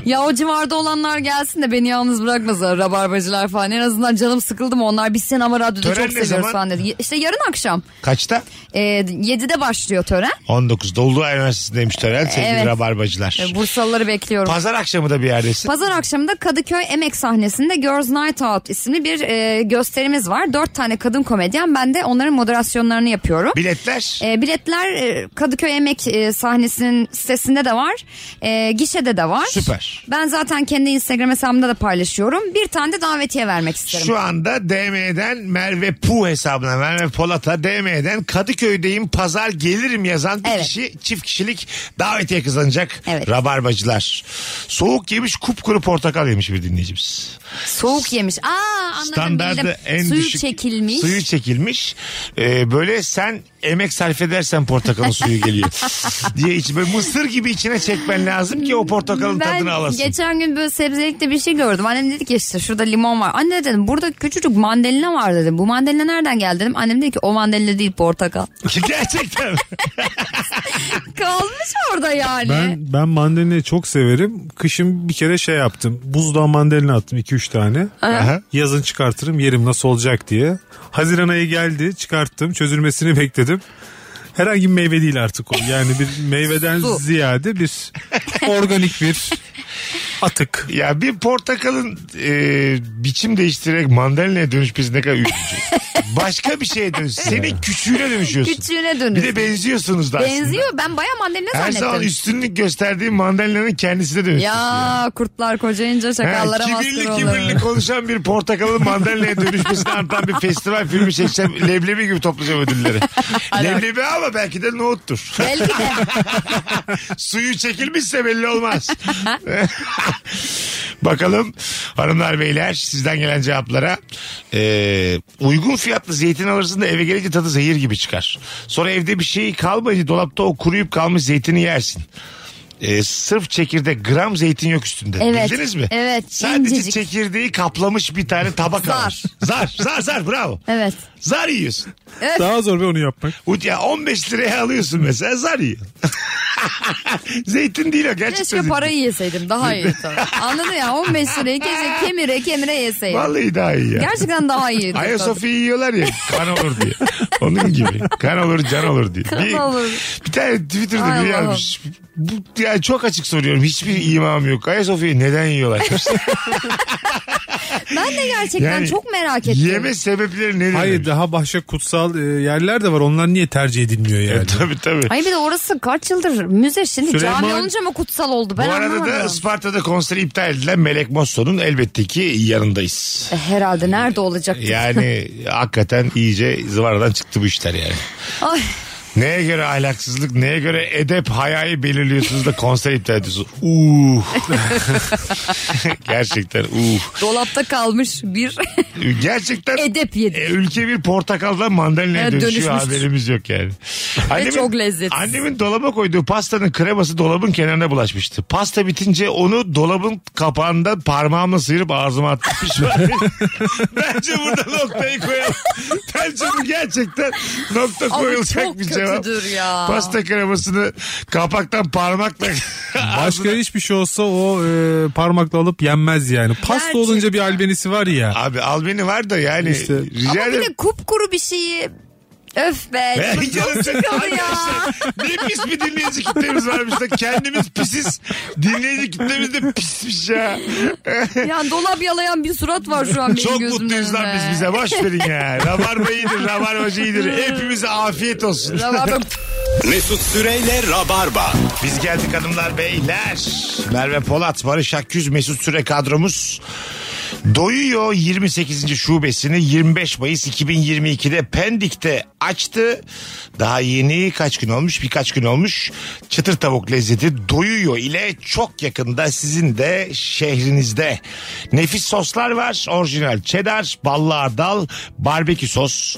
Speaker 4: ya o civarda olanlar gelsin de beni yalnız bırakmasın rabarbacılar falan. En azından canım sıkıldı mı onlar biz seni ama radyoda
Speaker 3: Tören ne
Speaker 4: çok seviyoruz
Speaker 3: zaman?
Speaker 4: falan dedi. İşte yarın akşam
Speaker 3: Kaçta?
Speaker 4: e, 7'de başlıyor tören.
Speaker 3: 19'da Uludağ Üniversitesi'ndeymiş tören sevgili
Speaker 4: Evet.
Speaker 3: rabarbacılar.
Speaker 4: E, Bursalıları bekliyorum.
Speaker 3: Pazar akşamı da bir yerdesin.
Speaker 4: Pazar akşamı da Kadıköy Emek sahnesinde Girls Night Out isimli bir e, gösterimiz var. Dört tane kadın komedyen. Ben de onların moderasyonlarını yapıyorum.
Speaker 3: Biletler.
Speaker 4: E, biletler e, Kadıköy Emek e, sahnesinin sitesinde de var. E, gişede de var.
Speaker 3: Süper.
Speaker 4: Ben zaten kendi Instagram hesabımda da paylaşıyorum. Bir tane de davetiye vermek isterim.
Speaker 3: Şu anda DM'den Merve Pu hesabına Merve Polat'a DM'den Kadıköy'deyim pazar gelirim yazan bir
Speaker 4: Evet.
Speaker 3: kişi çift kişilik davetiye kazanacak
Speaker 4: Evet.
Speaker 3: rabarbacılar. Soğuk yemiş kupkuru portakal yemiş bir dinleyicimiz.
Speaker 4: Soğuk yemiş. Aa anladım bildim.
Speaker 3: Standartı en
Speaker 4: Suyu
Speaker 3: düşük.
Speaker 4: çekilmiş.
Speaker 3: Suyu çekilmiş. Ee, böyle sen emek sarf edersen portakalın suyu geliyor. diye iç. Böyle mısır gibi içine çekmen lazım ki o portakalın
Speaker 4: ben
Speaker 3: tadını alasın.
Speaker 4: geçen gün böyle sebzelikte bir şey gördüm. Annem dedi ki işte şurada limon var. Anne dedim burada küçücük mandalina var dedim. Bu mandalina nereden geldi dedim. Annem dedi ki o mandalina değil portakal.
Speaker 3: Gerçekten.
Speaker 4: Kalmış orada yani.
Speaker 5: Ben ben mandalinayı çok severim. Kışın bir kere şey yaptım. Buzluğa mandalina attım 2-3 tane.
Speaker 3: Aha.
Speaker 5: Yazın çıkartırım yerim nasıl olacak diye. Haziran ayı geldi çıkarttım çözülmesini bekledim. Herhangi bir meyve değil artık o. Yani bir meyveden
Speaker 4: Su.
Speaker 5: ziyade bir organik bir atık.
Speaker 3: ya bir portakalın e, biçim değiştirerek mandalinaya dönüşmesi ne kadar üzücü. Başka bir şeye dönüşüyor. Senin küçüğüne dönüşüyorsun.
Speaker 4: Küçüğüne
Speaker 3: Bir
Speaker 4: dönüş.
Speaker 3: de benziyorsunuz da aslında.
Speaker 4: Benziyor. Ben baya mandalina
Speaker 3: Her
Speaker 4: zannettim.
Speaker 3: zaman üstünlük gösterdiğin mandalinanın kendisine dönüşüyorsun.
Speaker 4: Ya kurtlar kocayınca şakallara
Speaker 3: Ha,
Speaker 4: master
Speaker 3: kibirli
Speaker 4: olur.
Speaker 3: kibirli konuşan bir portakalın mandalinaya dönüşmesini anlatan bir festival filmi çekeceğim. Leblebi gibi toplayacağım ödülleri. Leblebi ama belki de nohuttur.
Speaker 4: Belki de.
Speaker 3: Suyu çekilmişse belli olmaz. Bakalım hanımlar beyler sizden gelen cevaplara. Ee, uygun fiyatlı zeytin alırsın da eve gelince tadı zehir gibi çıkar. Sonra evde bir şey kalmayınca dolapta o kuruyup kalmış zeytini yersin. Ee, sırf çekirdek gram zeytin yok üstünde.
Speaker 4: Evet.
Speaker 3: Bildiniz mi?
Speaker 4: Evet,
Speaker 3: Sadece
Speaker 4: incecik.
Speaker 3: çekirdeği kaplamış bir tane tabak
Speaker 4: Zar.
Speaker 3: var. Zar. Zar zar bravo.
Speaker 4: Evet.
Speaker 3: Zar yiyorsun.
Speaker 5: Daha zor be onu yapmak.
Speaker 3: Ut- Ya 15 liraya alıyorsun mesela zar yiyor. zeytin değil o gerçekten.
Speaker 4: Keşke
Speaker 3: zeytin.
Speaker 4: parayı yeseydim daha iyi. Anladın ya 15 lirayı keşke kemire kemire yeseydim.
Speaker 3: Vallahi daha iyi ya.
Speaker 4: Gerçekten daha iyi.
Speaker 3: Ayasofya'yı yiyorlar ya kan olur diye. Onun gibi. Kan olur can olur diye.
Speaker 4: Kan
Speaker 3: bir,
Speaker 4: olur.
Speaker 3: bir tane Twitter'da
Speaker 4: Ay
Speaker 3: biri
Speaker 4: Allah'ım.
Speaker 3: yazmış. Bu, yani çok açık soruyorum. Hiçbir imam yok. Ayasofya'yı neden yiyorlar?
Speaker 4: Ben de gerçekten
Speaker 3: Yani
Speaker 4: çok merak ettim.
Speaker 3: Yeme sebepleri nedir?
Speaker 5: Hayır daha başka kutsal e, yerler de var. Onlar niye tercih edilmiyor yani?
Speaker 3: E, tabii tabii.
Speaker 4: Ay bir de orası kaç yıldır müze şimdi
Speaker 3: Süleyman-
Speaker 4: cami olunca mı kutsal oldu ben
Speaker 3: Bu arada
Speaker 4: anlamadım.
Speaker 3: da Isparta'da konseri iptal edilen Melek Mosso'nun elbette ki yanındayız.
Speaker 4: E, Herhalde nerede olacaktı?
Speaker 3: Yani hakikaten iyice zıvanadan çıktı bu işler yani.
Speaker 4: Ay,
Speaker 3: Neye göre ahlaksızlık, neye göre edep, hayayı belirliyorsunuz da konser iptal ediyorsunuz. Uh. Gerçekten uh.
Speaker 4: dolapta kalmış bir
Speaker 3: Gerçekten
Speaker 4: edep yedik.
Speaker 3: e, ülke bir portakaldan mandalinaya
Speaker 4: Evet,
Speaker 3: dönüşüyor
Speaker 4: dönüşmüş.
Speaker 3: haberimiz yok yani.
Speaker 4: çok lezzetsiz.
Speaker 3: Annemin dolaba koyduğu pastanın kreması dolabın kenarına bulaşmıştı. Pasta bitince onu dolabın kapağından parmağımla sıyırıp ağzıma attım. Pişman. Bence burada noktayı koyalım. Bence bu gerçekten nokta
Speaker 4: Ama
Speaker 3: koyulacak
Speaker 4: çok
Speaker 3: bir cevap.
Speaker 4: kötüdür ya.
Speaker 3: Pasta kremasını kapaktan parmakla
Speaker 5: Başka hiçbir şey olsa o e, parmakla alıp yenmez yani. Pasta
Speaker 4: Gerçekten.
Speaker 5: olunca bir albenisi var ya.
Speaker 3: Abi al beni var da yani
Speaker 5: İşte.
Speaker 3: rica
Speaker 4: Ama bir
Speaker 3: ederim.
Speaker 4: de kupkuru bir şeyi öf be. çok canım sıkıldı ya.
Speaker 3: Ne pis bir dinleyici kitlemiz varmış da kendimiz pisiz. Dinleyici kitlemiz de pismiş ya.
Speaker 4: Yani dolap yalayan bir surat var şu an benim
Speaker 3: Çok
Speaker 4: gözümün
Speaker 3: mutluyuz lan
Speaker 4: önünde.
Speaker 3: biz bize. Boş verin ya. Rabarba iyidir, rabarba iyidir. Hepimize afiyet olsun.
Speaker 4: Rabarba-
Speaker 2: Mesut Süreyle Rabarba.
Speaker 3: Biz geldik hanımlar beyler. Merve Polat, Barış Akgüz, Mesut Süre kadromuz. Doyuyor 28. şubesini 25 Mayıs 2022'de Pendik'te açtı. Daha yeni kaç gün olmuş birkaç gün olmuş. Çıtır tavuk lezzeti Doyuyor ile çok yakında sizin de şehrinizde. Nefis soslar var. Orijinal cheddar, ballı hardal, barbekü sos.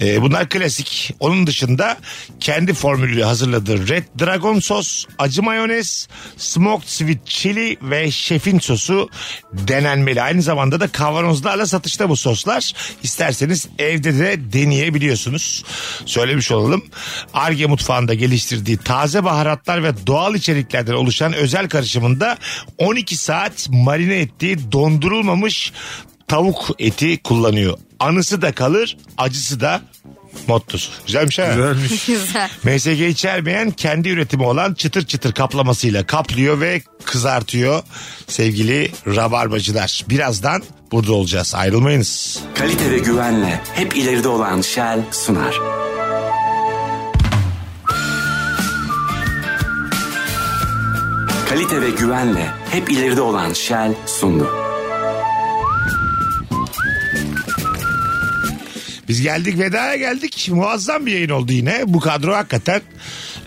Speaker 3: Ee, bunlar klasik. Onun dışında kendi formülüyle hazırladığı Red Dragon sos, acı mayonez, smoked sweet chili ve şefin sosu denenmeli. Aynı zamanda da kavanozlarla satışta bu soslar. İsterseniz evde de deneyebiliyorsunuz. Söylemiş olalım. Arge mutfağında geliştirdiği taze baharatlar ve doğal içeriklerden oluşan özel karışımında 12 saat marine ettiği dondurulmamış tavuk eti kullanıyor. Anısı da kalır, acısı da mottosu. Güzelmiş ha?
Speaker 5: Güzelmiş.
Speaker 4: Güzel.
Speaker 3: MSG içermeyen kendi üretimi olan çıtır çıtır kaplamasıyla kaplıyor ve kızartıyor sevgili rabarbacılar. Birazdan burada olacağız ayrılmayınız.
Speaker 9: Kalite ve güvenle hep ileride olan Shell sunar. Kalite ve güvenle hep ileride olan Shell sundu.
Speaker 3: Biz geldik vedaya geldik muazzam bir yayın oldu yine bu kadro hakikaten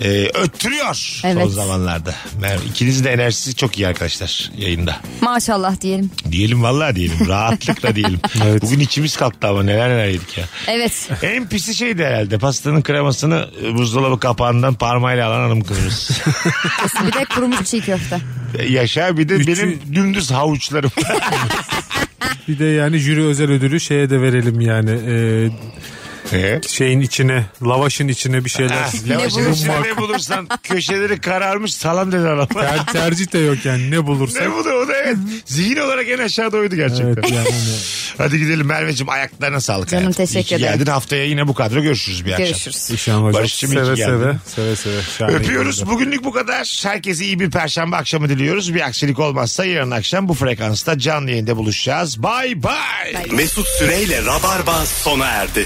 Speaker 3: e, öttürüyor son
Speaker 4: Evet.
Speaker 3: zamanlarda. Mer- İkinizin de enerjisi çok iyi arkadaşlar yayında.
Speaker 4: Maşallah diyelim.
Speaker 3: Diyelim vallahi diyelim rahatlıkla diyelim. Bugün içimiz kalktı ama neler neler yedik ya.
Speaker 4: Evet.
Speaker 3: En pisi şeydi herhalde pastanın kremasını e, buzdolabı kapağından parmağıyla alan hanım kızımız.
Speaker 4: Bir de kurumuş çiğ köfte.
Speaker 3: Yaşa bir de
Speaker 5: Üçü-
Speaker 3: benim dümdüz havuçlarım.
Speaker 5: Bir de yani jüri özel ödülü şeye de verelim yani. e,
Speaker 3: Ee?
Speaker 5: şeyin içine, lavaşın içine bir
Speaker 3: Ha,
Speaker 5: şeyler.
Speaker 3: Lavaşın
Speaker 4: bulursan.
Speaker 3: içinde ne bulursan köşeleri kararmış salam dedi adam.
Speaker 5: Ter- tercih de yok yani ne
Speaker 3: ne
Speaker 5: bulursak.
Speaker 3: bu da o da evet. Zihin olarak en aşağıda oydu gerçekten.
Speaker 5: Evet yani. hani-
Speaker 3: Hadi gidelim Merveciğim ayaklarına sağlık.
Speaker 4: Canım,
Speaker 3: hayatım.
Speaker 4: teşekkür
Speaker 3: İyi ki
Speaker 4: ederim.
Speaker 3: Geldin haftaya yine bu kadro görüşürüz bir akşam.
Speaker 4: Görüşürüz.
Speaker 5: İnşallah hocam.
Speaker 3: Barış'cığım iyi ki
Speaker 5: seve,
Speaker 3: geldin.
Speaker 5: seve, seve seve. Şahane
Speaker 3: Öpüyoruz.
Speaker 5: geldi.
Speaker 3: Bugünlük bu kadar. Herkese iyi bir perşembe akşamı diliyoruz. Bir aksilik olmazsa yarın akşam bu frekansta canlı yayında buluşacağız. Bay bay.
Speaker 2: Mesut Süreyle Rabarba sona erdi.